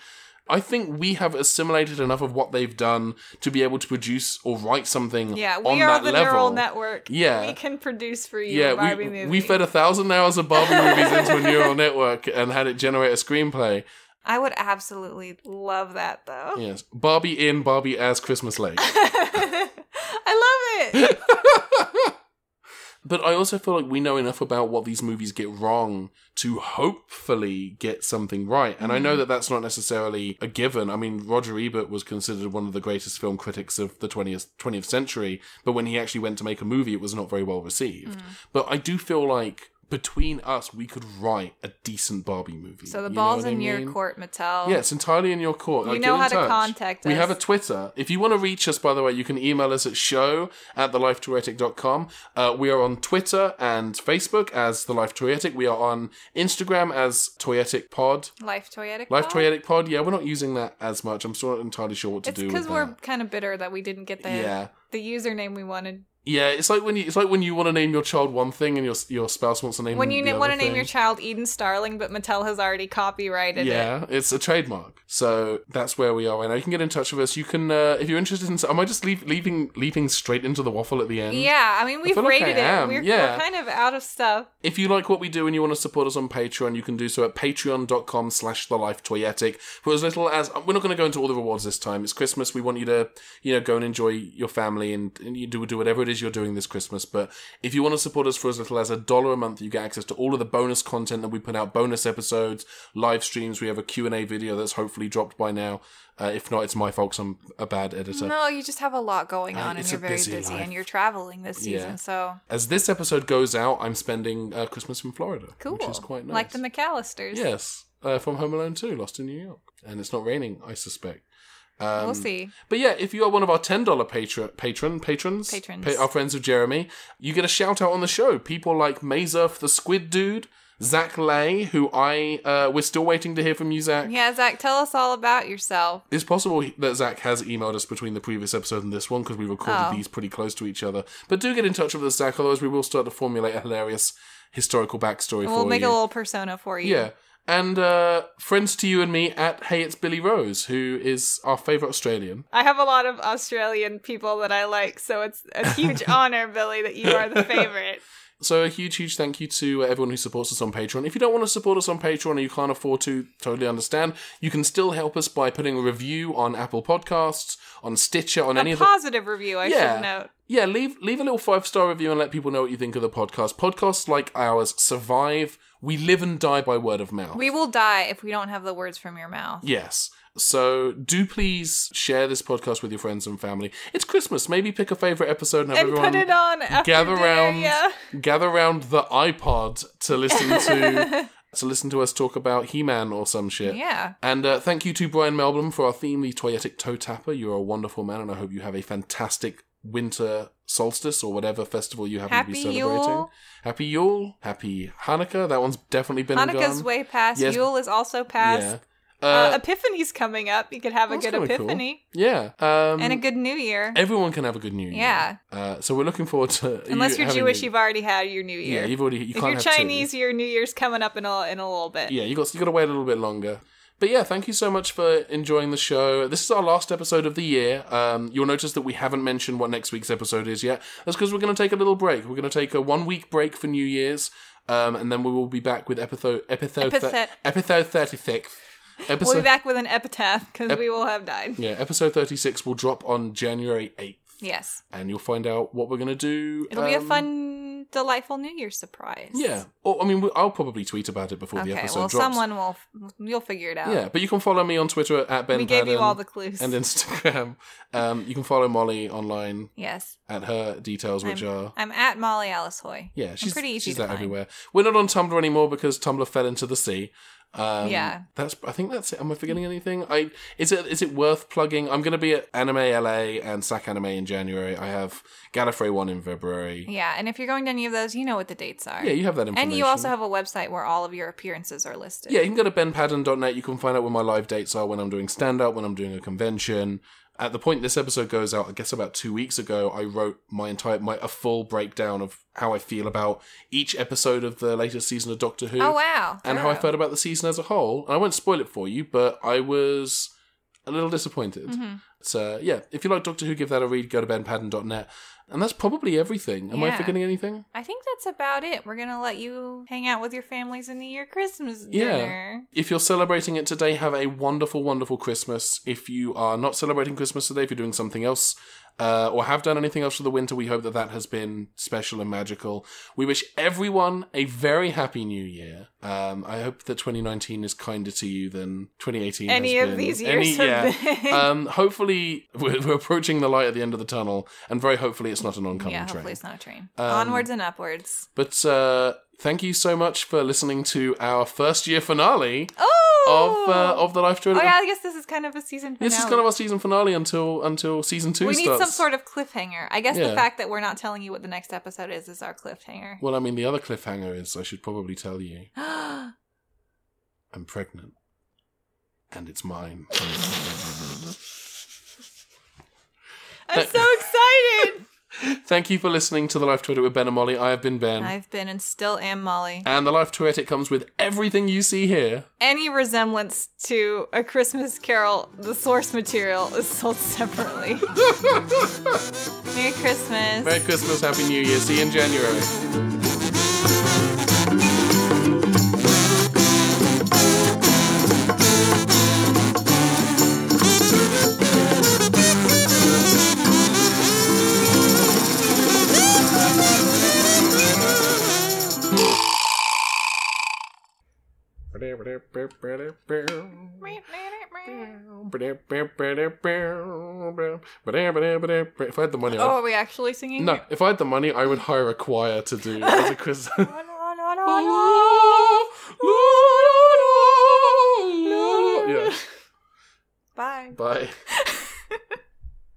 A: I think we have assimilated enough of what they've done to be able to produce or write something
B: yeah,
A: on
B: we are
A: that
B: the
A: level.
B: neural network.
A: Yeah.
B: we can produce for you
A: Yeah,
B: a Barbie
A: we,
B: movie.
A: we fed a thousand hours of Barbie movies into a neural network and had it generate a screenplay.
B: I would absolutely love that though.
A: Yes, Barbie in Barbie as Christmas Lake.
B: I love it.
A: but I also feel like we know enough about what these movies get wrong to hopefully get something right. And I know
B: Mm.
A: that that's not necessarily a given. I mean, Roger Ebert was considered one of the greatest film critics of the 20th 20th century, but when he actually went to make a movie, it was not very well received.
B: Mm.
A: But I do feel like between us, we could write a decent Barbie movie.
B: so
A: You
B: the
A: know
B: ball's
A: what I
B: in your
A: mean?
B: court, Mattel.
A: Yeah, it's entirely in your court.
B: You
A: Like,
B: know
A: get in
B: how to
A: touch.
B: contact
A: We
B: us.
A: have a Twitter. If you want to reach us, by the way, you can email us at show at thelifetoretic.com. Uh, we are on Twitter and Facebook as The Life Toyetic. We are on Instagram as Toyetic Pod.
B: Life toyetic.
A: Life
B: Pod?
A: Toyetic Pod. Yeah, we're not using that as much. I'm still not entirely sure what to
B: It's
A: do
B: because
A: with
B: we're
A: that.
B: kind of bitter that we didn't get the
A: Yeah. Mm,
B: the username we wanted.
A: Yeah, it's like when you it's like when you want to name your child one thing and your your spouse wants to name
B: When you
A: the
B: want to
A: other
B: name
A: thing.
B: your child Eden Starling, but Mattel has already copyrighted it.
A: Yeah, it's a trademark. So that's where we are. And you can get in touch with us. You can, uh, if you're interested in. Am I just leave, leaving, leaping straight into the waffle at the end?
B: Yeah, I mean we've
A: feel like I
B: rated it.
A: am,
B: We're,
A: yeah.
B: we're kind of out of stuff.
A: If you like what we do and you want to support us on Patreon, you can do so at patreon.com slash the life toyetic. For as little as we're not going to go into all the rewards this time. It's Christmas. We want you to, you know, go and enjoy your family and, and you do do whatever it is you're doing this Christmas. But if you want to support us for as little as a dollar a month, you get access to all of the bonus content that we put out, bonus episodes, live streams. We have a Q&A video that's hopefully dropped by now. Uh, if not, it's my fault 'cause I'm a bad editor.
B: No, you just have a lot going
A: Uh,
B: on, and
A: it's
B: you're
A: a
B: very busy,
A: busy life.
B: and you're traveling this
A: Yeah.
B: season. So
A: As this episode goes out, I'm spending uh, Christmas in Florida,
B: cool,
A: which is quite nice.
B: like the McAllisters.
A: Yes, uh, from Home Alone 2, Lost in New York. And it's not raining, I suspect. Um,
B: we'll see.
A: But yeah, if you are one of our $10 patro- patron patrons,
B: Patrons.
A: our friends of Jeremy, you get a shout out on the show. People like Mazurf the Squid Dude, Zach Lay, who I uh, we're still waiting to hear from you, Zach.
B: Yeah, Zach, tell us all about yourself.
A: It's possible that Zach has emailed us between the previous episode and this one because we recorded
B: Oh.
A: these pretty close to each other. But do get in touch with us, Zach. Otherwise, we will start to formulate a hilarious historical backstory
B: We'll
A: for
B: make
A: you.
B: a little persona for you.
A: yeah, and uh, friends to you and me at Hey It's Billy Rose, who is our favorite Australian.
E: I have a lot of Australian people that I like, so it's a huge honor, Billy, that you are the favorite.
A: So a huge, huge thank you to uh, everyone who supports us on Patreon. If you don't want to support us on Patreon or you can't afford to, totally understand. You can still help us by putting a review on Apple Podcasts, on Stitcher, on any
B: a
A: of the
B: positive review, I
A: Yeah.
B: should note.
A: yeah, leave leave a little five star review and let people know what you think of the podcast. Podcasts like ours survive. We live and die by word of mouth.
B: We will die if we don't have the words from your mouth.
A: Yes. So do please share this podcast with your friends and family. It's Christmas. Maybe pick a favorite episode and have
E: And
A: everyone
E: put it on after
A: gather
E: dinner,
A: round
E: yeah.
A: gather round the iPod to listen to to listen to us talk about He-Man or some shit.
B: Yeah.
A: And uh, thank you to Brian Melblom for our theme, the Toyetic Toe Tapper. You're a wonderful man, and I hope you have a fantastic winter solstice or whatever festival you happen to be
B: Happy
A: celebrating.
B: Yule.
A: Happy Yule, happy Hanukkah. That one's definitely been and
B: Hanukkah's
A: gone.
B: way past.
A: Yes.
B: Yule is also
A: yeah.
B: past.
A: Uh,
E: Uh, Epiphany's coming up. You could have a
A: that's
E: good
A: kinda cool.
E: epiphany.
A: Yeah. Um,
B: And a good New Year.
A: everyone can have a good New Year.
B: Yeah.
A: Uh, so we're looking forward to
B: Unless
A: you
B: you're
A: having
B: Jewish,
A: the-
B: you've already had your New Year.
A: yeah, you've already. You
E: if
A: can't
E: you're
A: have
E: Chinese,
A: two.
E: your New Year's coming up in a in a little bit.
A: yeah, you got you got to wait a little bit longer. But yeah, thank you so much for enjoying the show. This is our last episode of the year. Um, you'll notice that we haven't mentioned what next week's episode is yet. That's because we're going to take a little break. We're going to take a one week break for New Year's, um, and then we will be back with epitho epitho
B: Epithet.
A: epitho thirty six.
E: We'll be
A: Episode
E: back with an epitaph because we will have died.
A: yeah, episode thirty six will drop on January eighth,
B: Yes.
A: and you'll find out what we're going to do.
B: It'll be a
A: um,
B: fun, delightful New Year surprise.
A: Yeah, or I mean, we- I'll probably tweet about it before
B: Okay,
A: the episode
B: well,
A: drops.
B: someone will. F- you'll figure it out.
A: Yeah, but you can follow me on Twitter at Ben.
B: we gave you
A: Padden
B: all the clues.
A: and Instagram. Um, you can follow Molly online
B: yes.
A: at her details, which
B: I'm,
A: are
B: I'm at Molly Alice Hoy.
A: yeah, she's
B: I'm pretty easy
A: she's
B: to
A: out
B: find.
A: everywhere. We're not on Tumblr anymore because Tumblr fell into the sea. Um,
B: Yeah.
A: that's. I think that's it. Am I forgetting anything? I is it is it worth plugging? I'm going to be at Anime LA and Sac Anime in January. I have Gallifrey one in February. Yeah,
B: Yeah, and if you're going to any of those, you know what the dates are.
A: you have that information.
B: and you also have a website where all of your appearances are listed.
A: Yeah, you can go to benpadden.net. You can find out when my live dates are, when I'm doing stand up, when I'm doing a convention. At the point this episode goes out, I guess about two weeks ago, I wrote my entire my a full breakdown of how I feel about each episode of the latest season of Doctor Who
B: Oh wow.
A: and how I
B: Thorough.
A: felt about the season as a whole. And I won't spoil it for you, but I was a little disappointed.
B: Mhm.
A: So yeah, if you like Doctor Who, give that a read. Go to benpadden.net, and that's probably everything. Am I
B: Yeah.
A: forgetting anything?
B: I think that's about it. We're gonna let you hang out with your families in the year Christmas
A: Yeah.
B: dinner.
A: If you're celebrating it today, have a wonderful, wonderful Christmas. If you are not celebrating Christmas today, if you're doing something else uh, or have done anything else for the winter, we hope that that has been special and magical. We wish everyone a very happy new year. Um, I hope that 2019 is kinder to you than 2018.
E: Any
A: has
E: of
A: been.
E: these years
A: yeah.
E: have been.
A: um, hopefully, we're, we're approaching the light at the end of the tunnel, and very hopefully, it's not an oncoming
B: yeah,
A: train.
B: hopefully it's not a train.
A: Um,
B: Onwards and upwards.
A: But uh, thank you so much for listening to our first year finale
B: Oh,
A: of uh, of the life
B: Oh
A: trilogy.
B: yeah, I guess this is kind of a season finale.
A: This is kind of our season finale until until season two
B: we need
A: starts.
B: some sort of cliffhanger. I guess
A: Yeah.
B: the fact that we're not telling you what the next episode is is our cliffhanger.
A: Well, I mean, the other cliffhanger is I should probably tell you I'm pregnant, and it's mine.
E: I'm so excited.
A: Thank you for listening to the Life Twitter with Ben and Molly. I have been Ben,
B: I've been and still am Molly.
A: and the Life Twitter comes with everything you see here.
E: Any resemblance to a Christmas Carol, the source material is sold separately.
B: Merry Christmas.
A: Merry Christmas, Happy New Year. See you in January. If I had the money, I'd
B: Oh, are we actually singing?
A: No, if I had the money, I would hire a choir to do as a Christmas.
B: No, no, no, no, no.
A: yeah.
B: Bye.
A: Bye.